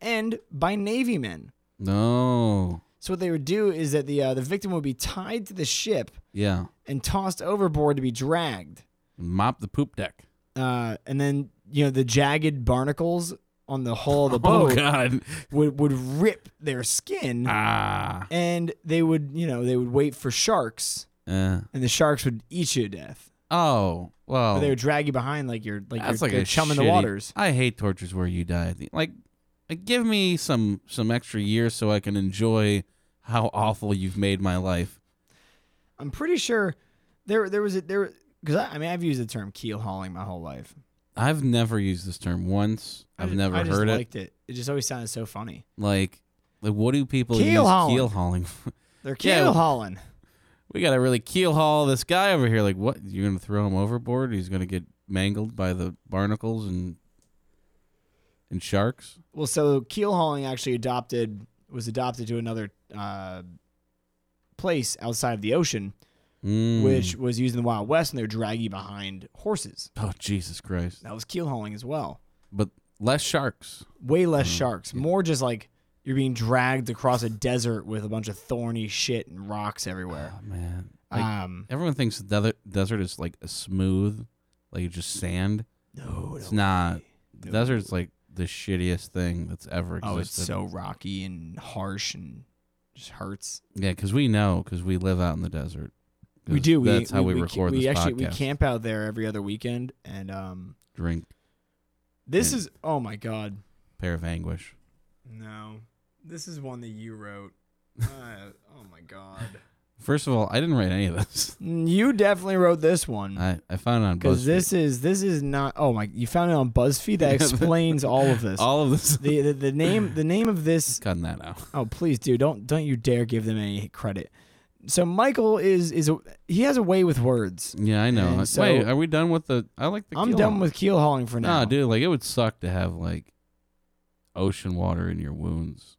S1: and by navy men.
S2: No.
S1: So what they would do is that the uh, the victim would be tied to the ship
S2: Yeah.
S1: and tossed overboard to be dragged.
S2: Mop the poop deck.
S1: uh, and then you know the jagged barnacles on the hull of the boat
S2: Oh God.
S1: would would rip their skin,
S2: Ah.
S1: and they would you know they would wait for sharks,
S2: Uh,
S1: and the sharks would eat you to death.
S2: oh. Well.
S1: But they would drag you behind like you're like you're,
S2: that's like
S1: you're
S2: a
S1: chum in the
S2: shitty-
S1: waters.
S2: I hate tortures where you die. at the- Like, like give me some some extra years so I can enjoy how awful you've made my life.
S1: I'm pretty sure there there was a there because I, I mean I've used the term keel hauling my whole life.
S2: I've never used this term once.
S1: I
S2: I've
S1: ju-
S2: never
S1: I just
S2: heard it.
S1: liked it. It just always sounded so funny.
S2: Like, like what do people
S1: Keel
S2: use
S1: hauling.
S2: keel hauling? for?
S1: They're keel
S2: Yeah.
S1: hauling.
S2: we gotta really keel haul this guy over here. Like, what? You're gonna throw him overboard? He's gonna get mangled by the barnacles and and sharks.
S1: Well, so keel hauling actually adopted was adopted to another uh, place outside of the ocean,
S2: Mm.
S1: which was used in the Wild West, and they were dragging behind horses.
S2: oh Jesus Christ!
S1: That was keel hauling as well.
S2: But less sharks.
S1: Way less sharks. More just like you're being dragged across a desert with a bunch of thorny shit and rocks everywhere.
S2: Oh man, like,
S1: um,
S2: everyone thinks the desert- desert is like a smooth, like just sand.
S1: no,
S2: It's
S1: no
S2: not.
S1: way.
S2: The
S1: No.
S2: desert's like the shittiest thing that's ever existed.
S1: Oh, it's so rocky and harsh and just hurts.
S2: yeah, because we know because we live out in the desert.
S1: We
S2: 'Cause
S1: do. We-
S2: That's
S1: we,
S2: how we,
S1: we, ca-
S2: record
S1: we
S2: this
S1: actually we
S2: podcast.
S1: camp out there every other weekend, and um,
S2: Drink
S1: this
S2: Yeah.
S1: is oh my god.
S2: pair of anguish.
S1: No, this is one that you wrote. Uh, oh my god.
S2: First of all, I didn't write any of this.
S1: You definitely wrote this one
S2: I, I found it on
S1: because
S2: Uh, BuzzFeed.
S1: this is this is not. Oh my! You found it on BuzzFeed. That explains all of this.
S2: all of this.
S1: the, the the name the name of this
S2: Cutting that out.
S1: Oh please, do Don't don't you dare give them any credit. So Michael is is a, he has a way with words.
S2: Yeah, I know.
S1: And so-
S2: Wait, are we done with the? I like the.
S1: I'm
S2: keel
S1: done
S2: on.
S1: with keel hauling for now.
S2: Nah, dude. Like it would suck to have like ocean water in your wounds.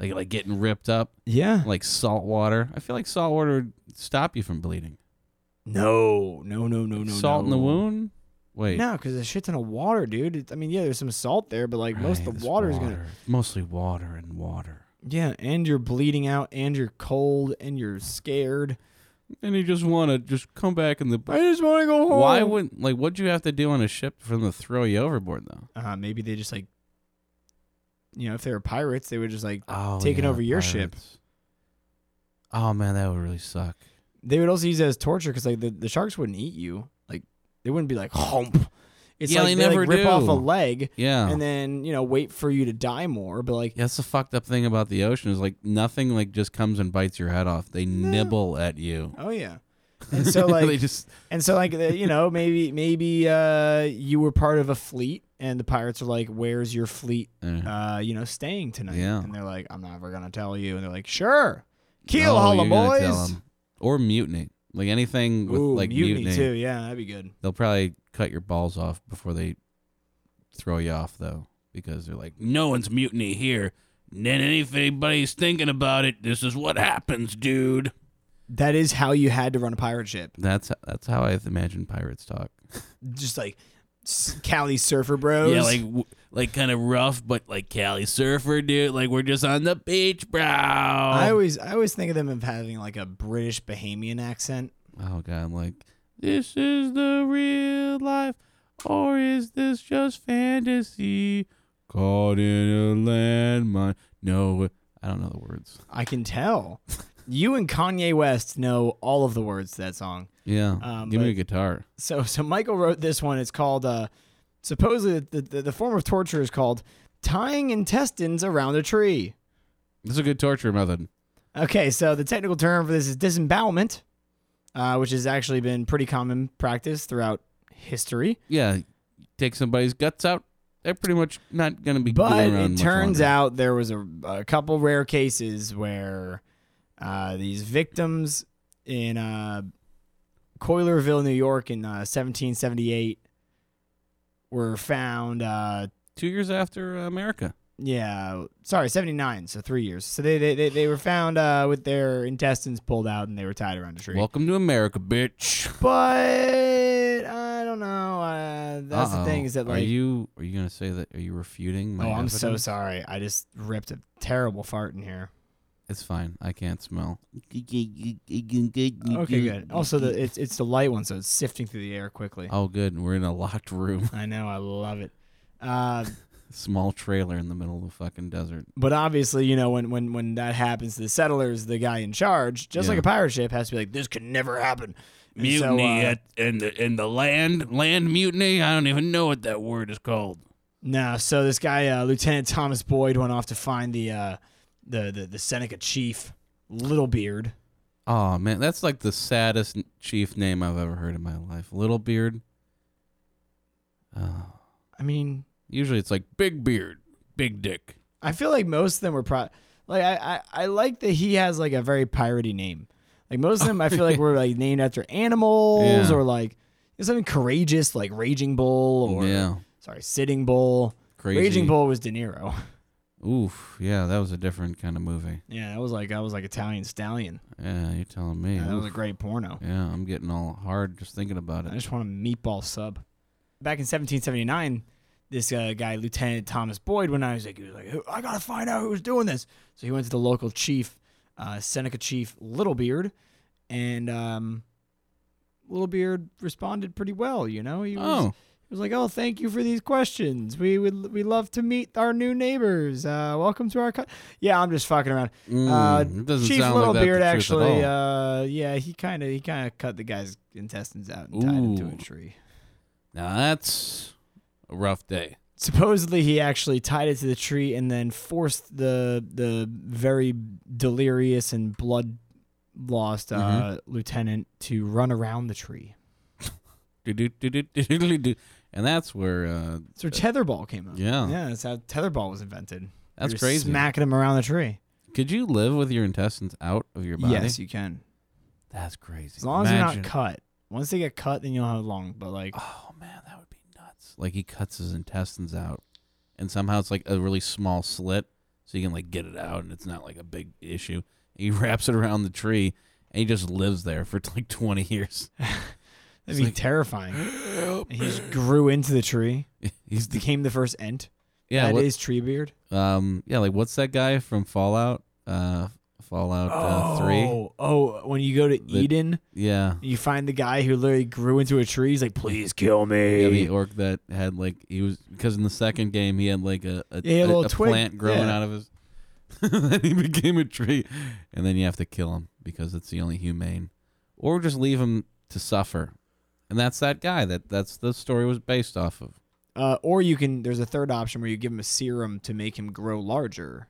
S2: Like like getting ripped up,
S1: Yeah.
S2: like salt water. I feel like salt water would stop you from bleeding.
S1: No, no, no, no, no.
S2: salt in the
S1: no.
S2: wound. Wait.
S1: No, because a shit ton of water, dude. It, I mean, yeah, there's some salt there, but like most
S2: Right,
S1: of
S2: this
S1: the water, is gonna.
S2: water. Mostly water and water.
S1: Yeah, and you're bleeding out, and you're cold, and you're scared.
S2: And you just want to just come back in the.
S1: I just want to go home.
S2: Why wouldn't like what'd you have to do on a ship for them to throw you overboard though?
S1: Uh, maybe they just like. You know, if they were pirates, they would just like.
S2: Oh,
S1: Taking over your ship.
S2: pirates. Oh man, that would really suck.
S1: They would also use it as torture because like the, the sharks wouldn't eat you. Like they wouldn't be like hump. It's
S2: Yeah,
S1: like
S2: they never
S1: like, rip off
S2: do.
S1: a leg
S2: Yeah.
S1: and then you know wait for you to die more. But like
S2: Yeah, That's the fucked up thing about the ocean is like nothing like just comes and bites your head off. They nibble at you.
S1: oh yeah, and so like
S2: they just
S1: And so like the- you know maybe maybe uh, you were part of a fleet and the pirates are like where's your fleet
S2: eh.
S1: uh, you know staying tonight
S2: Yeah.
S1: and they're like I'm never gonna tell you and they're like sure keel
S2: Oh,
S1: haul 'em,
S2: you're gonna tell
S1: boys
S2: 'em. or mutiny like anything with
S1: ooh
S2: like
S1: mutiny,
S2: mutiny.
S1: too yeah that'd be good
S2: They'll probably cut your balls off before they throw you off though because they're like no one's mutiny here. And then if anybody's thinking about it, this is what happens, dude.
S1: that is how you had to run a pirate ship
S2: That's that's how I imagine pirates talk.
S1: just like s- Cali surfer bros
S2: Yeah, like w- like kind of rough, but like Cali surfer dude. Like we're just on the beach, bro. um,
S1: I always I always think of them of having like a British Bahamian accent
S2: oh god, I'm like this is the real life, or is this just fantasy? Caught in a landmine. No, I don't know the words.
S1: I can tell you and Kanye West know all of the words to that song.
S2: Yeah,
S1: Um,
S2: give me
S1: but-
S2: a guitar.
S1: So so Michael wrote this one. It's called uh, supposedly the, the the form of torture is called tying intestines around a tree.
S2: This is a good torture method.
S1: Okay, so the technical term for this is disembowelment, uh, which has actually been pretty common practice throughout history.
S2: Yeah, take somebody's guts out. They're pretty much not gonna be.
S1: But
S2: glued around
S1: it
S2: much
S1: turns
S2: longer.
S1: out there was a, a couple rare cases where uh, these victims in uh, Coilerville, New York, in uh, 1778, were found uh,
S2: two years after America.
S1: Yeah, sorry, seventy nine. So three years. So they they, they, they were found uh, with their intestines pulled out and they were tied around a tree.
S2: Welcome to America, bitch.
S1: but I don't know. Uh, that's the thing is that
S2: are
S1: like
S2: you are you gonna say that are you refuting
S1: oh
S2: my?
S1: I'm so
S2: evidence?
S1: sorry. I just ripped a terrible fart in here.
S2: It's fine. I can't smell.
S1: Okay,
S2: Okay,
S1: good. Also, the it's it's the light one, so it's sifting through the air quickly.
S2: oh, good. We're in a locked room,
S1: I know. I love it. Uh,
S2: small trailer in the middle of the fucking desert.
S1: but obviously, you know, when, when, when that happens to the settlers, the guy in charge, just
S2: Yeah.
S1: like a pirate ship, has to be like, this can never happen. And so,
S2: Mutiny
S1: uh,
S2: at, in the in the land land mutiny. I don't even know what that word is called.
S1: No, so this guy uh, Lieutenant Thomas Boyd went off to find the uh, the, the the Seneca chief Littlebeard.
S2: Oh man, that's like the saddest chief name I've ever heard in my life. Little beard. Oh.
S1: I mean,
S2: Usually it's like big beard, big dick.
S1: I feel like most of them were pro. Like I, I, I like that he has like a very piratey name. Like most of them, I feel like were like named after animals
S2: Yeah.
S1: or like something courageous, like Raging Bull or
S2: yeah.
S1: sorry, Sitting Bull.
S2: Crazy.
S1: Raging Bull was De Niro.
S2: Oof, yeah, that was a different kind of movie.
S1: yeah, that was like that was like Italian Stallion.
S2: Yeah, you're telling me.
S1: Yeah, that was a
S2: Oof.
S1: great porno.
S2: yeah, I'm getting all hard just thinking about
S1: I
S2: it.
S1: just want a meatball sub. Back in 1779, this uh, guy, Lieutenant Thomas Boyd, when I was like, he was like, "Who- I gotta find out who's doing this. So he went to the local chief, uh, Seneca Chief Littlebeard, and um, Littlebeard responded pretty well. You know, he was,
S2: Oh,
S1: he was like, "Oh, thank you for these questions. We would we love to meet our new neighbors. Uh, welcome to our co-. yeah." I'm just fucking around.
S2: mm, it doesn't
S1: uh, Chief
S2: sound like that's the
S1: Littlebeard
S2: truth at
S1: actually,
S2: all.
S1: uh, yeah, he kind of he kind of cut the guy's intestines out and tied him to
S2: Ooh.
S1: a tree.
S2: now that's a rough day.
S1: supposedly he actually tied it to the tree and then forced the the very delirious and blood lost uh,
S2: Mhm.
S1: lieutenant to run around the tree.
S2: Do-do-do-do-do-do-do. And that's where, uh,
S1: So tetherball came up.
S2: yeah,
S1: yeah, that's how tetherball was invented.
S2: that's
S1: You're
S2: crazy.
S1: Smacking him around the tree.
S2: Could you live with your intestines out of your body?
S1: Yes, you can.
S2: That's crazy.
S1: As long as
S2: Imagine.
S1: you're not cut. Once they get cut, then you'll have long. But like,
S2: Oh man, that would be nuts. Like he cuts his intestines out, and somehow it's like a really small slit, so you can like get it out, and it's not like a big issue. He wraps it around the tree, and he just lives there for like twenty years.
S1: that'd be
S2: like-
S1: terrifying. And he just grew into the tree.
S2: He's the
S1: Became the first ent.
S2: yeah,
S1: that
S2: what-
S1: is tree beard.
S2: um, yeah, like what's that guy from Fallout? Uh, Fallout uh, Three.
S1: Oh, oh, when you go to
S2: The-
S1: Eden,
S2: Yeah,
S1: You find the guy who literally grew into a tree. He's like, please kill me.
S2: yeah, the orc that had like he was because in the second game he had like a a,
S1: Yeah, he had a
S2: a-
S1: little
S2: a
S1: twig.
S2: plant growing
S1: Yeah.
S2: out of his. then he became a tree, and then you have to kill him because it's the only humane, or just leave him to suffer, and that's that guy that that's the story was based off of.
S1: Uh, or you can, there's a third option where you give him a serum to make him grow larger.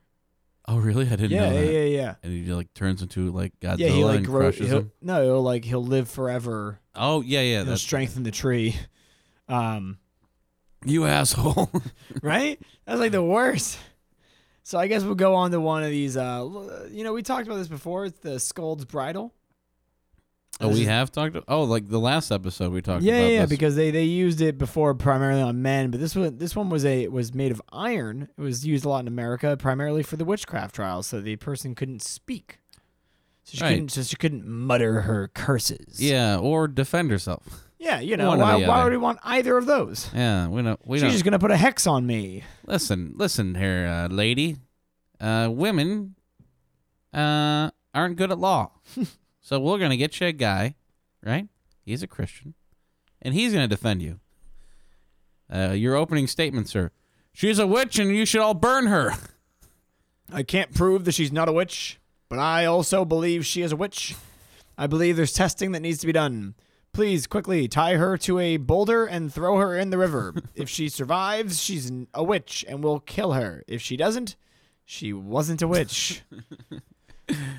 S2: Oh really? I didn't
S1: Yeah,
S2: know
S1: yeah,
S2: that.
S1: yeah, yeah.
S2: And he like turns into like Godzilla
S1: yeah, he like
S2: and
S1: grow.
S2: crushes
S1: He'll,
S2: him.
S1: no, he'll like he'll live forever.
S2: Oh yeah, yeah.
S1: he'll
S2: That's
S1: strengthen the tree. Um,
S2: you asshole.
S1: right? That's like the worst. So I guess we'll go on to one of these. Uh, l- you know, we talked about this before. It's the Skull's Bridle.
S2: oh,
S1: This
S2: we
S1: is-
S2: have talked. Oh, like the last episode we talked
S1: yeah,
S2: about.
S1: yeah, yeah,
S2: this.
S1: because they, they used it before primarily on men, but this one this one was a was made of iron. It was used a lot in America, primarily for the witchcraft trials, so the person couldn't speak. So she
S2: Right.
S1: couldn't so she couldn't mutter her curses.
S2: yeah, or defend herself.
S1: Yeah, you know,
S2: One or
S1: why,
S2: the
S1: why
S2: other.
S1: would we want either of those?
S2: Yeah, we don't. We
S1: She's
S2: don't.
S1: just gonna put a hex on me.
S2: Listen, listen here, uh, lady. Uh, women uh, aren't good at law. so we're going to get you a guy, right? He's a Christian, and he's going to defend you. Uh, your opening statement, sir. She's a witch, and you should all burn her.
S1: I can't prove that she's not a witch, but I also believe she is a witch. I believe there's testing that needs to be done. Please quickly tie her to a boulder and throw her in the river. if she survives, she's n- a witch and we'll kill her. If she doesn't, she wasn't a witch.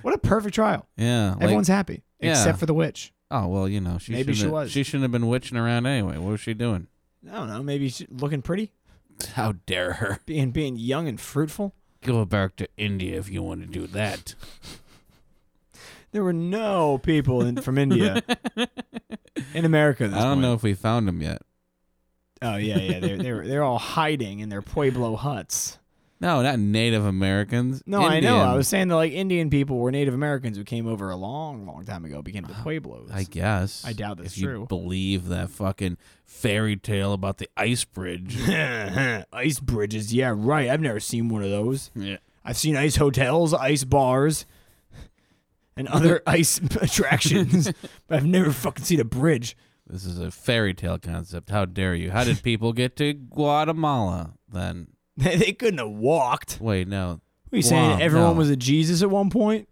S1: what a perfect trial.
S2: Yeah. like-
S1: Everyone's happy
S2: Yeah.
S1: except for the witch.
S2: oh well, you know she
S1: Maybe
S2: shouldn't
S1: she
S2: have-
S1: was.
S2: She shouldn't have been witching around anyway. What was she doing?
S1: I don't know, maybe she's looking pretty,
S2: How dare her?
S1: being being young and fruitful.
S2: Go back to India if you want to do that.
S1: There were no people in, from India in America. At this
S2: I don't
S1: point.
S2: know if we found him yet.
S1: Oh yeah, yeah. They're they're they're all hiding in their pueblo huts.
S2: No, not Native Americans.
S1: No, I know. I
S2: Indians.
S1: was saying that like Indian people were Native Americans who came over a long, long time ago, became the pueblos.
S2: I guess.
S1: I doubt that's
S2: if you
S1: true.
S2: Believe that fucking fairy tale about the ice bridge.
S1: ice bridges, yeah, right. I've never seen one of those.
S2: yeah.
S1: I've seen ice hotels, ice bars, and other ice attractions, but I've never fucking seen a bridge.
S2: This is a fairy tale concept. How dare you? How did people get to Guatemala then?
S1: They, they couldn't have walked.
S2: Wait,
S1: What
S2: no.
S1: are you saying?
S2: Wow,
S1: everyone
S2: no.
S1: was a Jesus at one point.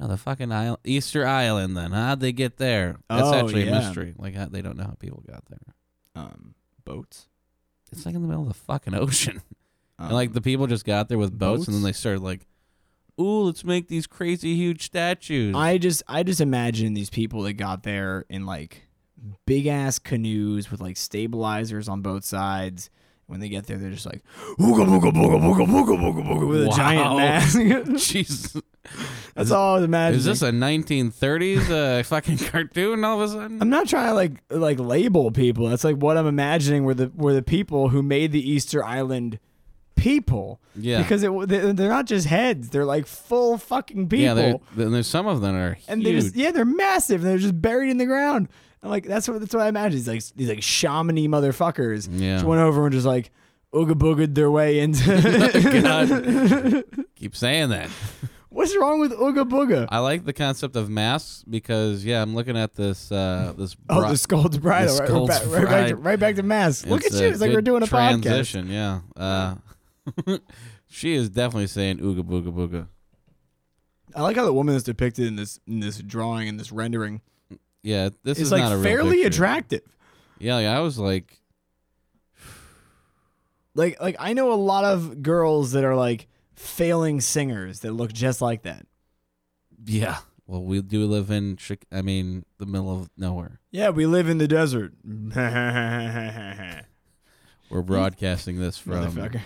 S2: No, the fucking island, Easter Island then. How'd they get there? That's
S1: Oh,
S2: actually
S1: yeah.
S2: a mystery. Like, how, they don't know how people got there.
S1: Um, boats.
S2: It's like in the middle of the fucking ocean.
S1: Um,
S2: and like the people just got there with boats, and then
S1: boats?
S2: they started like, ooh, let's make these crazy huge statues.
S1: I just I just imagine these people that got there in like big ass canoes with like stabilizers on both sides. When they get there, they're just like ooga booga booga booga booga booga booga with a
S2: Wow.
S1: giant mask.
S2: Jesus.
S1: That's all I was imagining.
S2: Is this a 1930s uh, fucking cartoon all of a sudden?
S1: I'm not trying to like like label people. That's like what I'm imagining were the were the people who made the Easter Island people.
S2: Yeah.
S1: Because it w- they- they're not just heads. They're like full fucking people.
S2: Yeah, there- then there's some of them are
S1: and they
S2: huge.
S1: just yeah, they're massive. And they're just buried in the ground. And like that's what that's what I imagine. These like these like shamany motherfuckers.
S2: Yeah.
S1: Just went over and just like, ooga boogered their way into.
S2: Keep saying that.
S1: What's wrong with ooga booga?
S2: I like the concept of masks because yeah, I'm looking at this uh this
S1: Oh,
S2: bro-
S1: the Skull's Bridal. right, we're
S2: Skull's
S1: back, right, back to,
S2: Bride.
S1: right back to mass. Look at
S2: It's
S1: you. It's like we're
S2: good
S1: doing a podcast.
S2: transition. Yeah. Uh, she is definitely saying ooga booga booga.
S1: I like how the woman is depicted in this in this drawing and this rendering.
S2: Yeah, this
S1: it's
S2: is
S1: like
S2: not a real
S1: fairly
S2: picture.
S1: attractive.
S2: Yeah, like, I was like,
S1: Like like I know a lot of girls that are like failing singers that look just like that.
S2: yeah. Well, we do live in, Chi- I mean, the middle of nowhere.
S1: Yeah, we live in the desert.
S2: Um, We're broadcasting this from.
S1: Hmm. Motherfucker.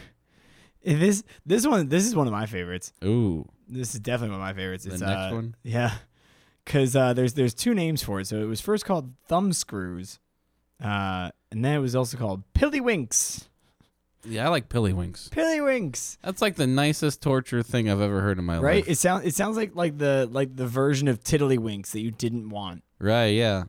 S1: This this one this is one of my favorites.
S2: Ooh,
S1: This is definitely one of my favorites.
S2: the
S1: It's uh,
S2: next one.
S1: Yeah, because uh, there's there's two names for it. So it was first called thumb screws, uh, and then it was also called pillywinks.
S2: Yeah, I like pillywinks.
S1: Pillywinks,
S2: That's like the nicest torture thing I've ever heard in my
S1: right?
S2: life.
S1: It sounds it sounds like like the like the version of tiddlywinks that you didn't want.
S2: Right? Yeah.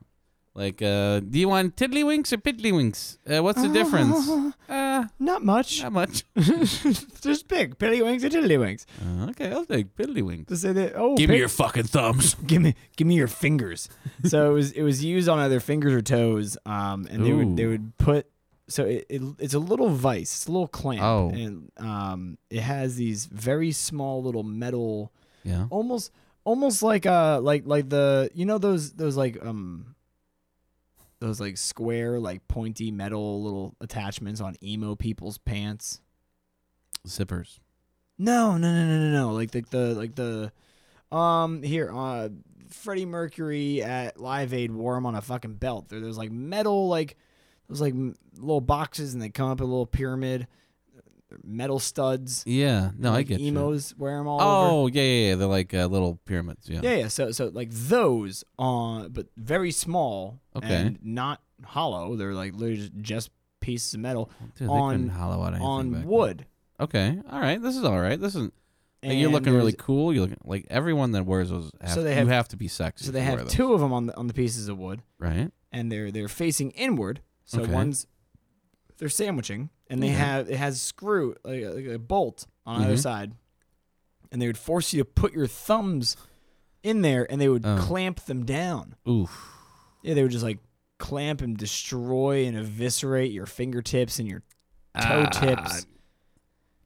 S2: Like, uh, do you want tiddlywinks or piddlywinks? Uh, what's the difference? Uh,
S1: Not much.
S2: not much.
S1: Just big pillywinks or tiddlywinks.
S2: Uh, okay, I'll take piddlywinks.
S1: Just say that. Oh,
S2: Give me
S1: pill-
S2: your fucking thumbs.
S1: give me give me your fingers. so it was it was used on either fingers or toes, um, and they
S2: Ooh.
S1: would they would put so it, it it's a little vice, it's a little clamp,
S2: Oh.
S1: and um, it has these very small little metal,
S2: Yeah.
S1: almost almost like uh like like the you know those those like um those like square like pointy metal little attachments on emo people's pants.
S2: Zippers.
S1: No, no, no, no, no, no. Like the, the like the um here uh Freddie Mercury at Live Aid wore 'em on a fucking belt. They're those like metal like those like m- little boxes and they come up in a little pyramid. They're metal studs.
S2: Yeah. No, I
S1: like
S2: get you.
S1: emos wear 'em all over.
S2: Oh, yeah, yeah, yeah. They're like uh, little pyramids. Yeah.
S1: Yeah, yeah. So so like those uh, but very small
S2: Okay.
S1: and not hollow. They're like literally just- just pieces of metal
S2: Dude,
S1: on-
S2: they couldn't hollow out anything back
S1: on
S2: then.
S1: wood.
S2: Okay. All right. This is all right. This is. not you're
S1: And
S2: looking really
S1: there's-
S2: cool. You're looking like everyone that wears those. Have,
S1: So they
S2: you
S1: have-
S2: have to be sexy.
S1: So they
S2: to wear
S1: have
S2: those,
S1: two of them on the on the pieces of wood.
S2: Right.
S1: and they're they're facing inward. So
S2: Okay.
S1: one's they're sandwiching, and they
S2: Okay.
S1: have it has screw like, a- like a bolt on either
S2: Mhm.
S1: side, and they would force you to put your thumbs in there, and they would
S2: Oh.
S1: clamp them down.
S2: Oof.
S1: Yeah, they would just like clamp and destroy and eviscerate your fingertips and your toe
S2: Ah,
S1: tips.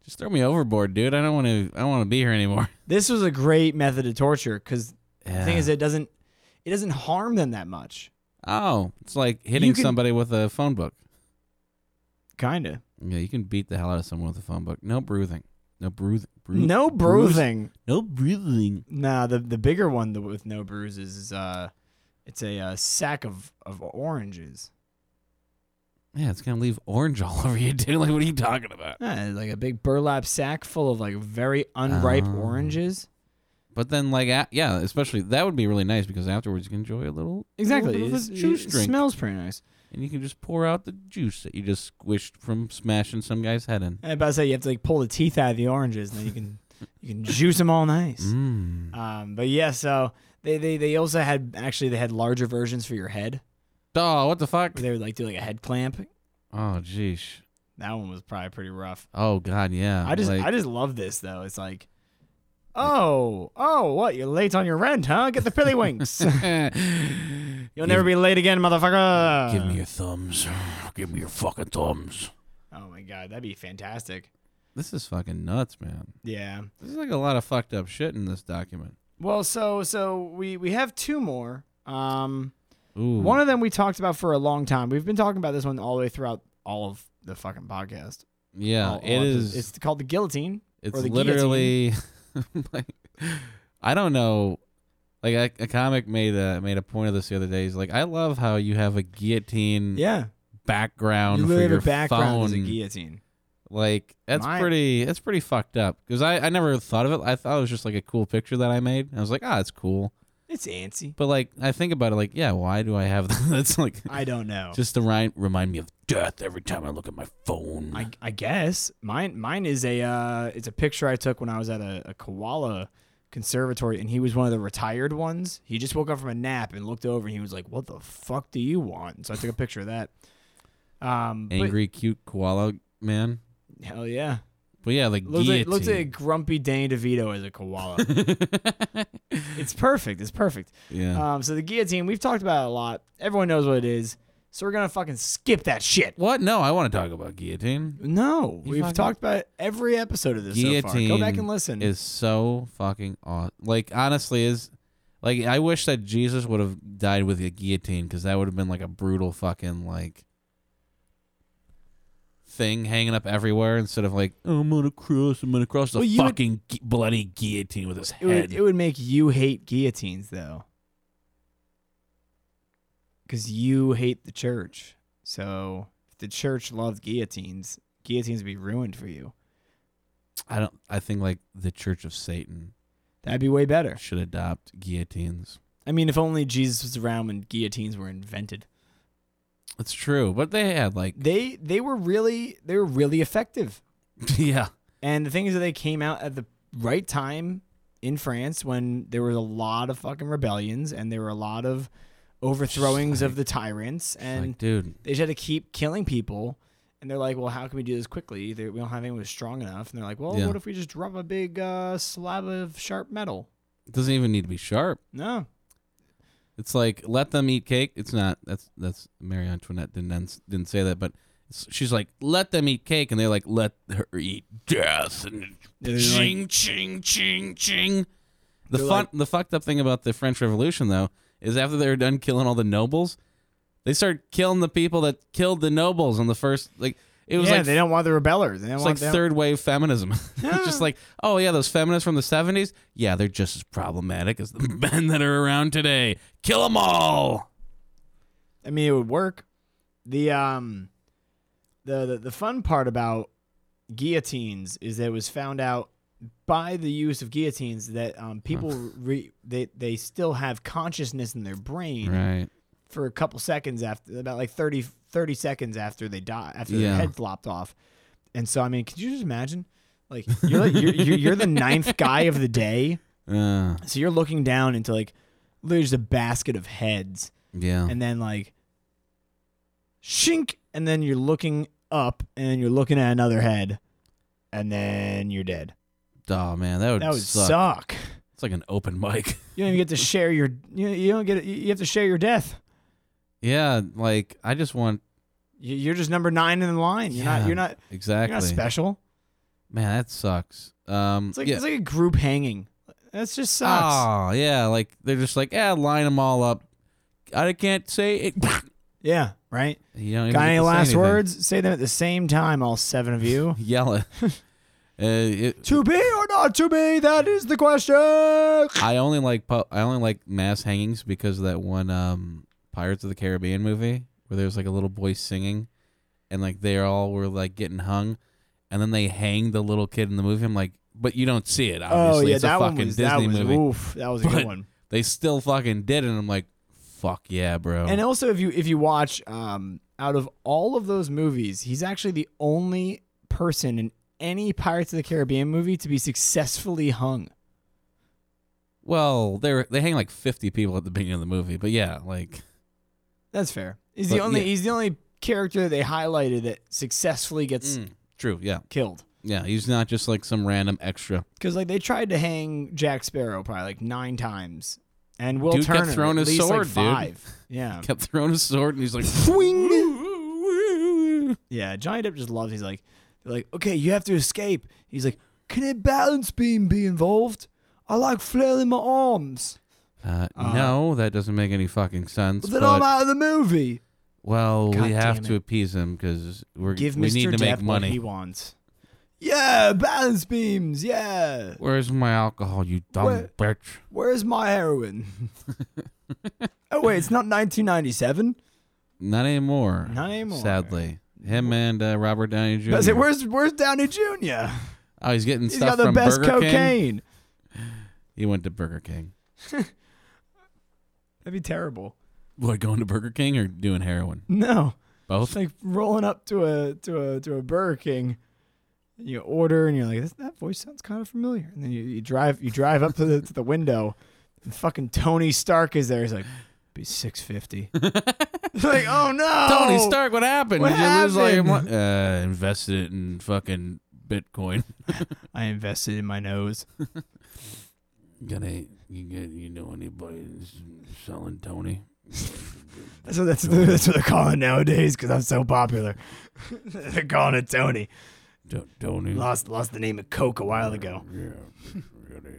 S2: Just throw me overboard, dude. I don't want to. I don't want to be here anymore.
S1: This was a great method of torture because
S2: Yeah.
S1: the thing is, it doesn't it doesn't harm them that much.
S2: oh, it's like hitting
S1: can-
S2: somebody with a phone book.
S1: Kinda.
S2: Yeah, you can beat the hell out of someone with a phone book. No bruising. No bruising.
S1: no bruising.
S2: No bruising.
S1: Nah, the the bigger one the, with no bruises is uh, it's a uh, sack of of oranges.
S2: Yeah, it's gonna leave orange all over you, dude. Like, what are you talking about?
S1: Yeah, like a big burlap sack full of like very unripe
S2: Oh.
S1: oranges.
S2: But then, like, a yeah, especially that would be really nice because afterwards you can enjoy a little,
S1: Exactly,
S2: a little bit of
S1: It's-
S2: a
S1: it,
S2: juice drink,
S1: smells pretty nice.
S2: and you can just pour out the juice that you just squished from smashing some guy's head in.
S1: I was about to say you have to like pull the teeth out of the oranges, and then you can you can juice them all nice.
S2: Mm.
S1: Um, but yeah, so they, they they also had actually they had larger versions for your head.
S2: Oh, what the fuck?
S1: Where they would like do like a head clamp.
S2: Oh, jeez.
S1: That one was probably pretty rough.
S2: Oh, god, yeah.
S1: I just
S2: like,
S1: I just love this though. It's like, oh, oh, what? You're late on your rent, huh? Get the pillywinks. You'll
S2: Give-
S1: never be uh, late again, motherfucker.
S2: Give me your thumbs. Give me your fucking thumbs.
S1: oh my god, that'd be fantastic.
S2: This is fucking nuts, man.
S1: Yeah.
S2: This is like a lot of fucked up shit in this document.
S1: Well, so so we we have two more. Um,
S2: Ooh.
S1: one of them we talked about for a long time. We've been talking about this one all the way throughout all of the fucking podcast.
S2: yeah,
S1: All-
S2: it
S1: all of this.
S2: is.
S1: Oh, It's called the guillotine.
S2: It's
S1: or the
S2: literally like I don't know. Like a, a comic made a made a point of this the other day. He's like, I love how you have a guillotine
S1: Yeah.
S2: background
S1: You
S2: for
S1: literally
S2: your
S1: have a background as a
S2: phone.
S1: guillotine.
S2: like that's
S1: Mine-
S2: pretty that's pretty fucked up. Because I, I never thought of it. I thought it was just like a cool picture that I made. I was like, ah, it's cool.
S1: It's antsy.
S2: But like I think about it, like yeah, why do I have that? That's like
S1: I don't know.
S2: just to remind remind me of death every time I look at my phone.
S1: I, I guess mine mine is a uh, it's a picture I took when I was at a, a koala conservatory and he was one of the retired ones. He just woke up from a nap and looked over and he was like, "What the fuck do you want?" And so I took a picture of that. Um, but-
S2: Angry cute koala man.
S1: Hell yeah.
S2: But yeah, like
S1: Looks like,
S2: guillotine.
S1: looks like a grumpy Danny DeVito as a koala. it's perfect. It's perfect.
S2: yeah.
S1: Um, so the guillotine, we've talked about it a lot. Everyone knows what it is. So we're gonna fucking skip that shit.
S2: what? No, I want to talk about guillotine.
S1: No,
S2: You
S1: we've
S2: fucking-
S1: talked about every episode of this so far.
S2: Guillotine
S1: Go back and listen.
S2: Is so fucking awesome. Like honestly, is like I wish that Jesus would have died with a guillotine because that would have been like a brutal fucking like thing hanging up everywhere instead of like "Oh, I'm gonna cross, I'm gonna cross the
S1: Well, you would-
S2: fucking gu- bloody guillotine with his
S1: it,
S2: head.
S1: would, it would make you hate guillotines though, because you hate the church. So if the church loved guillotines, guillotines would be ruined for you.
S2: I don't. I think like the Church of Satan
S1: That'd be way better.
S2: should adopt guillotines.
S1: I mean, if only Jesus was around when guillotines were invented.
S2: It's true, but they had like
S1: They they were really they were really effective.
S2: yeah,
S1: And the thing is that they came out at the right time in France when there was a lot of fucking rebellions and there were a lot of overthrowings of the tyrants and
S2: like dude,
S1: they just had to keep killing people. And they're like, well, how can we do this quickly? They, we don't have anyone who's strong enough. And they're like, well,
S2: Yeah.
S1: what if we just drop a big uh, slab of sharp metal?
S2: it doesn't even need to be sharp.
S1: No,
S2: It's like let them eat cake. It's not. That's that's Marie Antoinette didn't ans- didn't say that, but s- she's like let them eat cake, and they're like let her eat death and
S1: They're like-
S2: ching ching ching ching. The
S1: They're
S2: fun,
S1: like-
S2: the fucked up thing about the French Revolution though is after they were done killing all the nobles, they started killing the people that killed the nobles on the first like. It was
S1: yeah,
S2: like
S1: they don't want the rebellers. They don't
S2: It's like
S1: want them.
S2: third wave feminism. it's just like, oh yeah, those feminists from the seventies. Yeah, they're just as problematic as the men that are around today. Kill them all.
S1: I mean, it would work. The um, the the, the fun part about guillotines is that it was found out by the use of guillotines that um, people re- they they still have consciousness in their brain
S2: Right.
S1: for a couple seconds after about like 30, 30 seconds after they die after their
S2: Yeah.
S1: head flopped off. And so I mean, could you just imagine? Like you're, you're you're you're the ninth guy of the day,
S2: Uh,
S1: so you're looking down into like literally just a basket of heads
S2: yeah.
S1: and then like shink and then you're looking up and you're looking at another head and then you're dead
S2: oh man, that would,
S1: that would
S2: suck.
S1: suck,
S2: It's like an open mic.
S1: you don't even get to share your you, you don't get you have to share your death
S2: yeah, like I just want
S1: You- you're just number nine in the line you're
S2: Yeah,
S1: not you're not you're not
S2: exactly.
S1: special
S2: man, that sucks. Um,
S1: it's like
S2: yeah.
S1: it's like a group hanging that's just sucks
S2: oh yeah, like they're just like yeah, line them all up. I can't say it.
S1: yeah right
S2: You don't even
S1: got
S2: get
S1: any
S2: to say
S1: last
S2: anything.
S1: words say them at the same time all seven of you
S2: Yell it. Uh, it
S1: to be or not to be that is the question
S2: I only like pu- I only like mass hangings because of that one um, Pirates of the Caribbean movie where there was like a little boy singing, and like they all were like getting hung, and then they hanged the little kid in the movie. I'm like, but you don't see it.
S1: oh
S2: Obviously,
S1: yeah
S2: it's a
S1: that
S2: fucking
S1: one was that
S2: Disney
S1: was
S2: movie.
S1: oof that was a
S2: But-
S1: good one
S2: They still fucking did, it, and I'm like, fuck yeah, bro.
S1: And also, if you if you watch, um, out of all of those movies, he's actually the only person in any Pirates of the Caribbean movie to be successfully hung.
S2: well, they were, they hang like 50 people at the beginning of the movie, but yeah, like
S1: That's fair. He's the
S2: But,
S1: only
S2: yeah.
S1: he's the only character that they highlighted that successfully gets
S2: mm, true, yeah,
S1: killed.
S2: yeah. He's not just like some random extra.
S1: Because like they tried to hang Jack Sparrow probably like nine times, and Will
S2: Dude kept
S1: Turner
S2: throwing
S1: at
S2: his
S1: least
S2: sword,
S1: like
S2: dude.
S1: five. Yeah,
S2: Kept throwing his sword, and he's like,
S1: Swing. yeah. Johnny Depp just loves. He's like, they're like, okay, you have to escape. He's like, can a balance beam be involved? I like flailing my arms.
S2: Uh,
S1: Uh,
S2: no, that doesn't make any fucking sense.
S1: But then
S2: but-
S1: I'm out of the movie.
S2: well,
S1: God
S2: we have
S1: damn
S2: to
S1: it.
S2: appease him because we're
S1: Give
S2: we
S1: Mr.
S2: need to
S1: Depp
S2: make
S1: what he
S2: money.
S1: wants. Yeah, balance beams. Yeah.
S2: Where's my alcohol, you dumb
S1: Where-
S2: bitch?
S1: Where's my heroin? oh wait, it's not 1997.
S2: Not anymore.
S1: Not anymore.
S2: Sadly, him and uh, Robert Downey Jr.
S1: I said, where's where's Downey Jr.?
S2: oh, he's getting
S1: He's
S2: stuff
S1: got the
S2: from
S1: best
S2: Burger
S1: cocaine.
S2: King. He went to Burger King.
S1: That'd be terrible.
S2: What, going to Burger King or doing heroin?
S1: No. It's
S2: Both.
S1: like rolling up to a to a to a Burger King. And you order, and you're like, "This- "That voice sounds kind of familiar." And then you, you drive you drive up to the to the window, and fucking Tony Stark is there. He's like, "Be six fifty. like, oh no,
S2: Tony Stark, what happened?
S1: What
S2: Did you lose all your
S1: happened?
S2: money? Uh, invested it in fucking Bitcoin.
S1: I invested in my nose.
S2: Gonna you get you know anybody that's selling Tony?
S1: So that's that's what they're calling nowadays because I'm so popular. they're calling it Tony.
S2: T- Tony
S1: Lost lost the name of Coke a while ago.
S2: Yeah, gonna uh,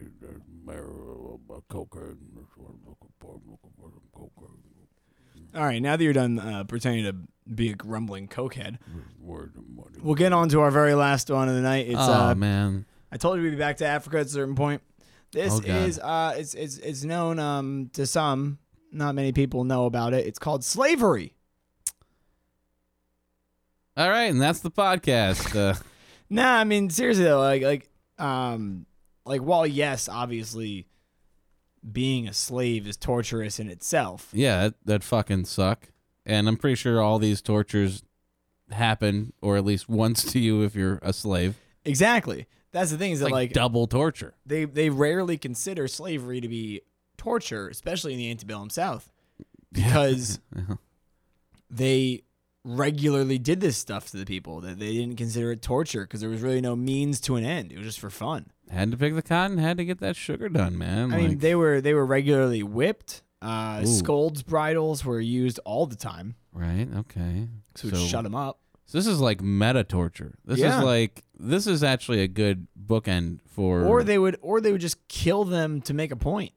S2: marrow, uh, cocaine, this one, look at porn, look at porn, cocaine,
S1: All right, now that you're done uh, pretending to be a grumbling cokehead,
S2: this word of money.
S1: we'll get on to our very last one of the night. It's
S2: oh
S1: uh,
S2: man,
S1: I told you we'd be back to Africa at a certain point. This
S2: Oh, God.
S1: is uh, it's it's it's known um to some. Not many people know about it. It's called slavery.
S2: all right, and that's the podcast. Uh,
S1: Nah, I mean seriously though, like like um like while yes, obviously being a slave is torturous in itself.
S2: yeah, that, that fucking suck. And I'm pretty sure all these tortures happen, or at least once to you if you're a slave.
S1: Exactly. That's the thing is that
S2: Like,
S1: like,
S2: double torture.
S1: they they rarely consider slavery to be torture, especially in the antebellum South, because
S2: Yeah.
S1: they regularly did this stuff to the people that they didn't consider it torture because there was really no means to an end. It was just for fun.
S2: Had to pick the cotton. Had to get that sugar done, man.
S1: I mean,
S2: Like,
S1: they were they were regularly whipped. Uh,
S2: Ooh.
S1: scolds bridles were used all the time
S2: right? Okay.
S1: to so, shut them up.
S2: So this is like meta torture. This
S1: Yeah.
S2: is like this is actually a good bookend for
S1: or they would or they would just kill them to make a point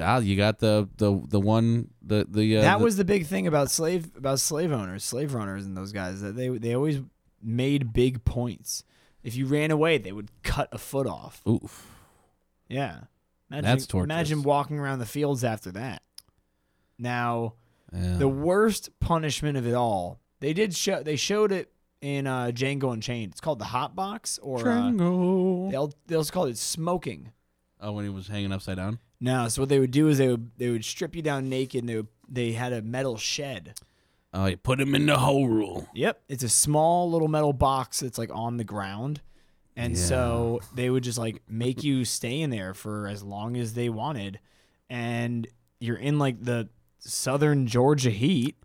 S2: ah, you got the the the one the the uh,
S1: that
S2: the-
S1: was the big thing about slave about slave owners slave runners and those guys that they they always made big points if you ran away they would cut a foot off
S2: oof.
S1: yeah imagine,
S2: That's torturous.
S1: imagine walking around the fields after that now
S2: Yeah.
S1: the worst punishment of it all they did show they showed it in uh django unchained it's called the hot box or uh,
S2: Django.
S1: they'll they also call it smoking
S2: Oh, when he was hanging upside down.
S1: No, so what they would do is they would they would strip you down naked. And they would, they had a metal shed.
S2: Oh, you put him in the hole rule.
S1: Yep, it's a small little metal box that's like on the ground, and so they would just like make you stay in there for as long as they wanted, and you're in like the southern Georgia heat.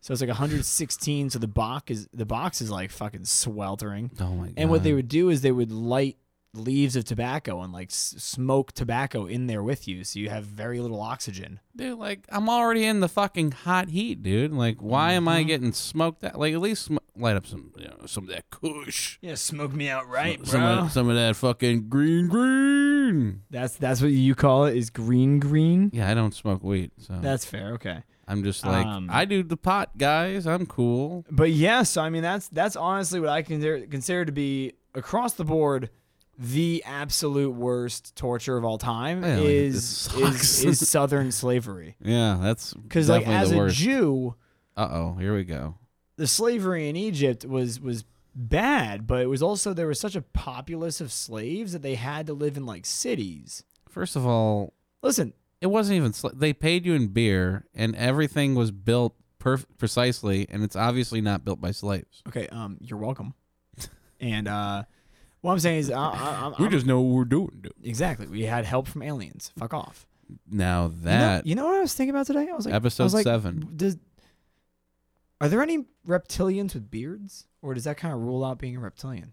S1: So it's like 116. So the box is the box is like fucking sweltering.
S2: Oh my god.
S1: And what they would do is they would light leaves of tobacco and like s- smoke tobacco in there with you, so you have very little oxygen.
S2: dude, like I'm already in the fucking hot heat, dude. Like, why am
S1: Mm-hmm.
S2: I getting smoked? That like at least sm- light up some you know, some of that Kush.
S1: Yeah, smoke me out right,
S2: Some of, some of that fucking green green.
S1: That's that's what you call it is green green.
S2: Yeah, I don't smoke weed, so
S1: That's fair, okay.
S2: I'm just like
S1: Um,
S2: I do the pot, guys. I'm cool.
S1: But yeah, so I mean that's that's honestly what I consider consider to be across the board the absolute worst torture of all time
S2: Yeah, like,
S1: is,
S2: this sucks.
S1: is is southern slavery.
S2: Yeah, that's
S1: Because like as a Jew,
S2: Uh oh, here we go.
S1: the slavery in Egypt was was bad, but it was also there was such a populace of slaves that they had to live in like cities.
S2: First of all,
S1: Listen,
S2: it wasn't even. Sl- they paid you in beer, and everything was built perf- precisely, and it's obviously not built by slaves.
S1: okay, um, you're welcome. And uh, what I'm saying is, I, I, I'm,
S2: we just know what we're doing, dude.
S1: Exactly. We had help from aliens. Fuck off.
S2: Now
S1: You know-
S2: that
S1: you know, what I was thinking about today? I was like, I
S2: episode
S1: was like,
S2: seven.
S1: Does, are there any reptilians with beards, or does that kind of rule out being a reptilian?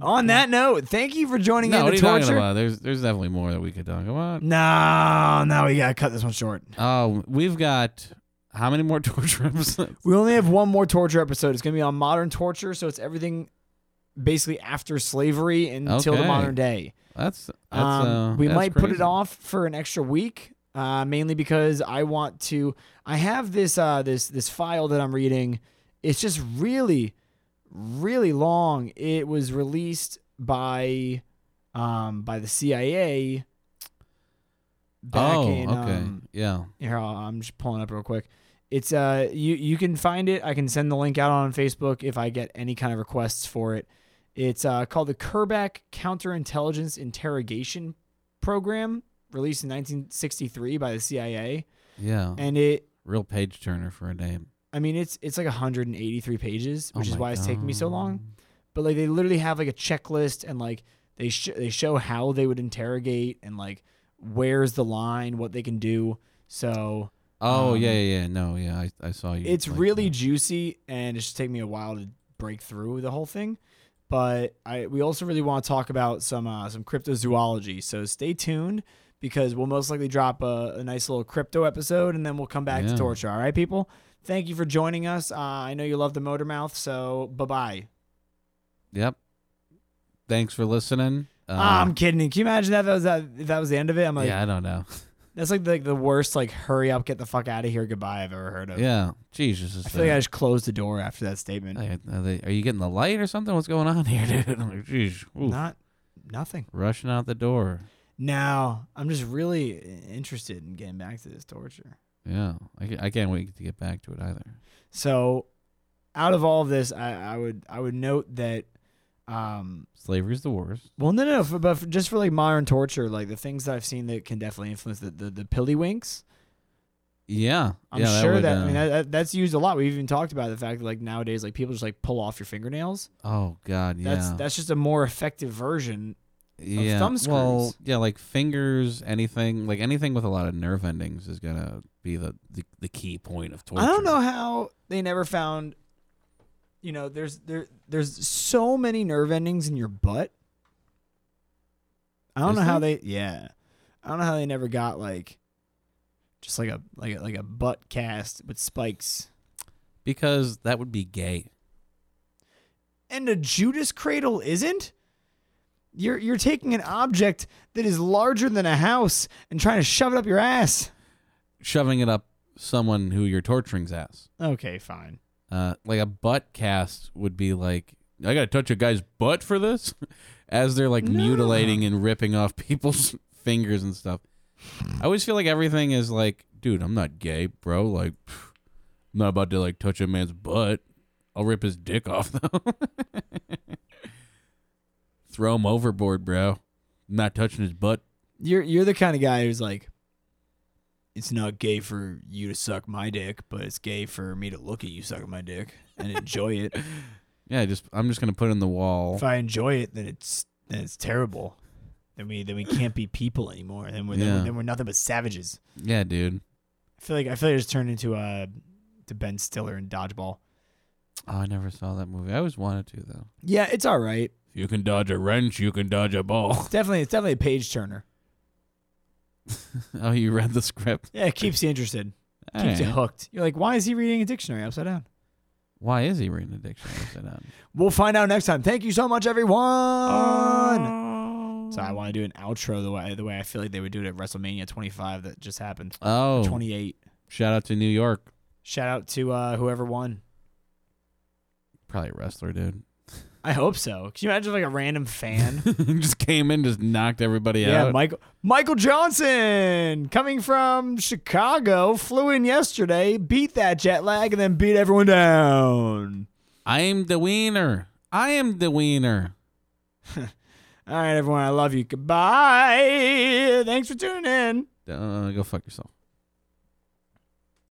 S1: On that note, thank you for joining
S2: no,
S1: in
S2: what are
S1: the
S2: you talking
S1: torture.
S2: about? There's there's definitely more that we could talk about.
S1: No, no, we gotta cut this one short.
S2: Oh, we've got how many more torture episodes?
S1: We only have one more torture episode. It's gonna be on modern torture, so it's everything basically after slavery until the
S2: Okay.
S1: modern day.
S2: That's that's
S1: Um,
S2: uh,
S1: we
S2: that's
S1: might put it
S2: crazy.
S1: off for an extra week, uh, mainly because I want to. I have this uh, this this file that I'm reading. It's just really, really long. It was released by um, by the CIA. Back
S2: oh,
S1: in,
S2: okay,
S1: um,
S2: yeah.
S1: here I'll, i'm just pulling up real quick it's uh you you can find it i can send the link out on facebook if i get any kind of requests for it it's uh, called the kerback counterintelligence interrogation program released in 1963 by the cia
S2: Yeah.
S1: and it
S2: Real page turner for a name.
S1: i mean it's it's like 183 pages which
S2: Oh
S1: is
S2: my
S1: why it's taking me so long
S2: God.
S1: but like they literally have like a checklist and like they sh- they show how they would interrogate and like where's the line what they can do So
S2: Oh
S1: Um,
S2: yeah, yeah, yeah. No, yeah. I, I saw you.
S1: it's
S2: like,
S1: really
S2: uh,
S1: juicy and it's just taking me a while to break through the whole thing. But I we also really want to talk about some uh, some cryptozoology. So stay tuned because we'll most likely drop a, a nice little crypto episode and then we'll come back
S2: Yeah.
S1: to torture. All right, people. Thank you for joining us. Uh, I know you love the motor mouth, so bye bye.
S2: Yep. Thanks for listening. Um,
S1: Ah, I'm kidding. Can you imagine that? If that was that, if that was the end of it. I'm like,
S2: yeah, I don't know.
S1: that's like the, the worst. Like, hurry up, get the fuck out of here. Goodbye. I've ever heard of.
S2: yeah. Jesus. is
S1: I feel like I just closed the door after that statement.
S2: Hey, are, they, are you getting the light or something? What's going on here, dude? I'm like, geez, oof.
S1: Not nothing.
S2: rushing out the door.
S1: No, I'm just really i- interested in getting back to this torture.
S2: Yeah, I, ca- I can't wait to get back to it either.
S1: So, out of all of this, I, I would I would note that, um,
S2: Slavery's the worst.
S1: well, no, no, for, but for, just for like modern torture, like the things that I've seen that can definitely influence the the, the pillywinks.
S2: Yeah,
S1: I'm
S2: yeah,
S1: sure
S2: would,
S1: that, I
S2: uh,
S1: mean that, that that's used a lot. We've even talked about the fact that like nowadays, like people just like pull off your fingernails.
S2: oh god, yeah,
S1: That's that's just a more effective version.
S2: yeah.
S1: thumb screws.
S2: Well, yeah, like fingers, anything, like anything with a lot of nerve endings is gonna be the the, the key point of torture.
S1: I don't know how they never found. You know, there's there there's so many nerve endings in your butt. I don't
S2: Is
S1: know how they. Yeah, I don't know how they never got like, just like a like a, like a butt cast with spikes
S2: because that would be gay.
S1: and a Judas cradle isn't. You're you're taking an object that is larger than a house and trying to shove it up your ass.
S2: Shoving it up someone who you're torturing's ass.
S1: Okay, fine.
S2: Uh, like a butt cast would be like I gotta touch a guy's butt for this, as they're like
S1: No.
S2: mutilating and ripping off people's fingers and stuff. I always feel like everything is like, dude, I'm not gay, bro. Like, pff, I'm not about to like touch a man's butt. I'll rip his dick off though. Throw him overboard, bro. I'm not touching his butt.
S1: You're you're the kind of guy who's like, it's not gay for you to suck my dick, but it's gay for me to look at you sucking my dick and enjoy it.
S2: Yeah, just I'm just gonna put it in the wall.
S1: If I enjoy it, then it's then it's terrible. Then we then we can't be people anymore. Then we're, then,
S2: Yeah.
S1: we're then we're nothing but savages.
S2: Yeah, dude.
S1: I feel like I feel like I just turned into uh to Ben Stiller in Dodgeball.
S2: Oh, I never saw that movie. I always wanted to though.
S1: Yeah, it's all right.
S2: You can dodge a wrench, you can dodge a ball.
S1: It's definitely it's definitely a page turner.
S2: oh, you read the script.
S1: Yeah, it keeps you interested, keeps
S2: Alright.
S1: you hooked. You're like, why is he reading a dictionary upside down?
S2: Why is he reading a dictionary upside down?
S1: We'll find out next time. Thank you so much, everyone.
S2: Oh.
S1: So I want to do an outro the way the way I feel like they would do it at WrestleMania 25 that just happened.
S2: Oh,
S1: 28.
S2: shout out to New York.
S1: Shout out to uh, whoever won.
S2: Probably a wrestler, dude.
S1: I hope so. Can you imagine like a random fan?
S2: just came in, just knocked everybody
S1: yeah,
S2: out.
S1: Michael Michael Johnson coming from Chicago flew in yesterday, beat that jet lag, and then beat everyone down.
S2: I am the wiener. I am the wiener.
S1: All right, everyone, I love you. Goodbye. Thanks for tuning in.
S2: Uh, go fuck yourself.